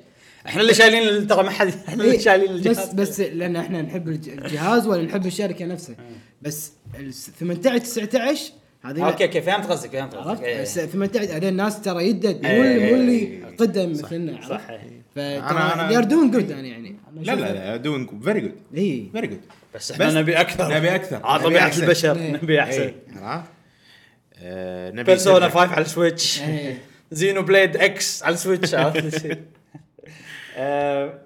A: احنا اللي شايلين ال- ترى ما حد احنا اللي
B: إيه،
A: شايلين الجهاز
B: بس بس لان احنا نحب الج- الجهاز ولا نحب الشركه نفسها بس ال 18 19 هذه لا.
A: اوكي اوكي فهمت قصدك فهمت
B: عرفت
A: قصدك إيه.
B: بس 18 بعدين الناس ترى يدد مو
A: إيه.
B: اللي مو اللي قدم مثلنا
A: صح
B: عرفت
A: إيه.
C: أنا-
B: فترى
C: أنا-
B: يار دوينج جود انا يعني إيه.
C: لا لا لا دوينج فيري جود
B: اي
C: فيري جود
A: بس احنا نبي اكثر
C: نبي أكثر.
A: على
C: نبي
A: طبيعه
C: آه، أحسن.
A: البشر
B: إيه.
A: نبي احسن
C: عرفت؟ آه، نبي
A: بيرسونا
C: نتذكر.
A: 5 على السويتش
B: إيه.
A: زينو بليد اكس على السويتش عرفت
C: إيه.
A: آه،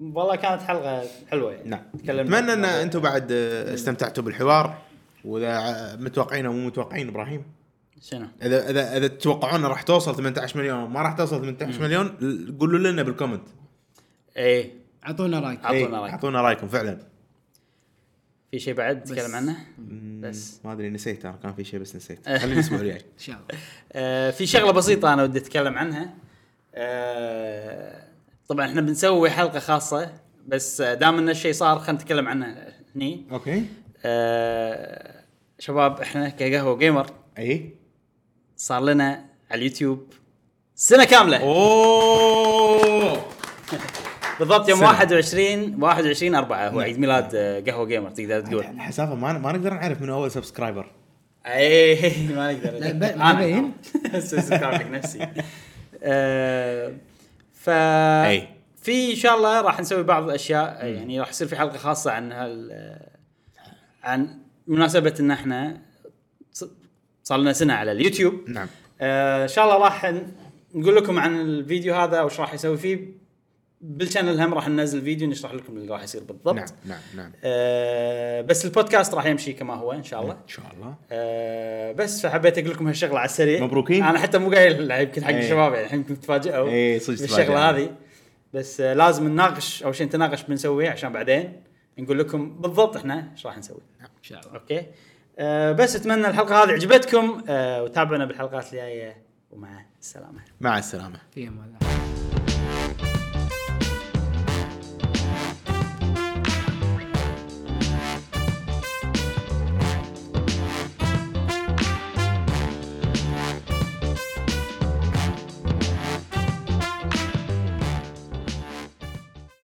A: والله كانت حلقه حلوه يعني
C: نعم
A: تكلمنا
C: اتمنى ان
A: عن-
C: انتم بعد آه، استمتعتوا بالحوار واذا آه، متوقعين او مو متوقعين ابراهيم
A: شنو
C: اذا اذا اذا تتوقعون راح توصل 18 مليون أو ما راح توصل 18 مليون ل- قولوا لنا بالكومنت
A: ايه
B: اعطونا رايك
A: عطونا
C: إيه،
A: رأيكم.
C: اعطونا رايكم فعلا
A: في شيء بعد نتكلم
B: بس.
A: عنه
C: مم،
A: بس.
C: ما ادري نسيت انا كان في شيء بس نسيت خليني الاسبوع الجاي
B: ان شاء الله
A: آه، في شغله بسيطه انا ودي اتكلم عنها آه، طبعا احنا بنسوي حلقه خاصه بس آه، دام ان الشيء صار خلينا نتكلم عنه هني
C: اوكي
A: آه، شباب احنا كقهوه جيمر
C: اي
A: صار لنا على اليوتيوب سنه كامله
C: اوه
A: بالضبط يوم
C: سنة.
A: 21 21 4 هو عيد ميلاد آه، قهوه جيمر تقدر تقول
C: حسافه ما ما نقدر نعرف من اول سبسكرايبر
A: اي إيه، ما نقدر
B: لا، ب-
A: أنا.
B: مبين.
A: سبسكرايب حق نفسي آه، ف
C: أي.
A: في ان شاء الله راح نسوي بعض الاشياء آه، يعني راح يصير في حلقه خاصه عن هال آه، عن مناسبه ان احنا ص- صار لنا سنه على اليوتيوب
C: نعم
A: آه، ان شاء الله راح ن- نقول لكم عن الفيديو هذا وش راح يسوي فيه بالشانل هم راح ننزل فيديو نشرح لكم اللي راح يصير بالضبط
C: نعم نعم نعم
A: آه بس البودكاست راح يمشي كما هو ان شاء الله
C: ان شاء الله
A: آه بس فحبيت اقول لكم هالشغله على السريع
C: مبروكين.
A: انا حتى مو قايل لها، يمكن حق
C: إيه.
A: الشباب يعني يمكن تفاجئوا
C: إيه، صدق
A: الشغله
C: تفاجأوا.
A: هذه بس آه لازم نناقش اول شيء نتناقش بنسويه عشان بعدين نقول لكم بالضبط احنا ايش راح نسوي
B: ان شاء الله
A: اوكي آه بس اتمنى الحلقه هذه عجبتكم آه وتابعونا بالحلقات الجايه ومع السلامه
C: مع السلامه
B: في امان الله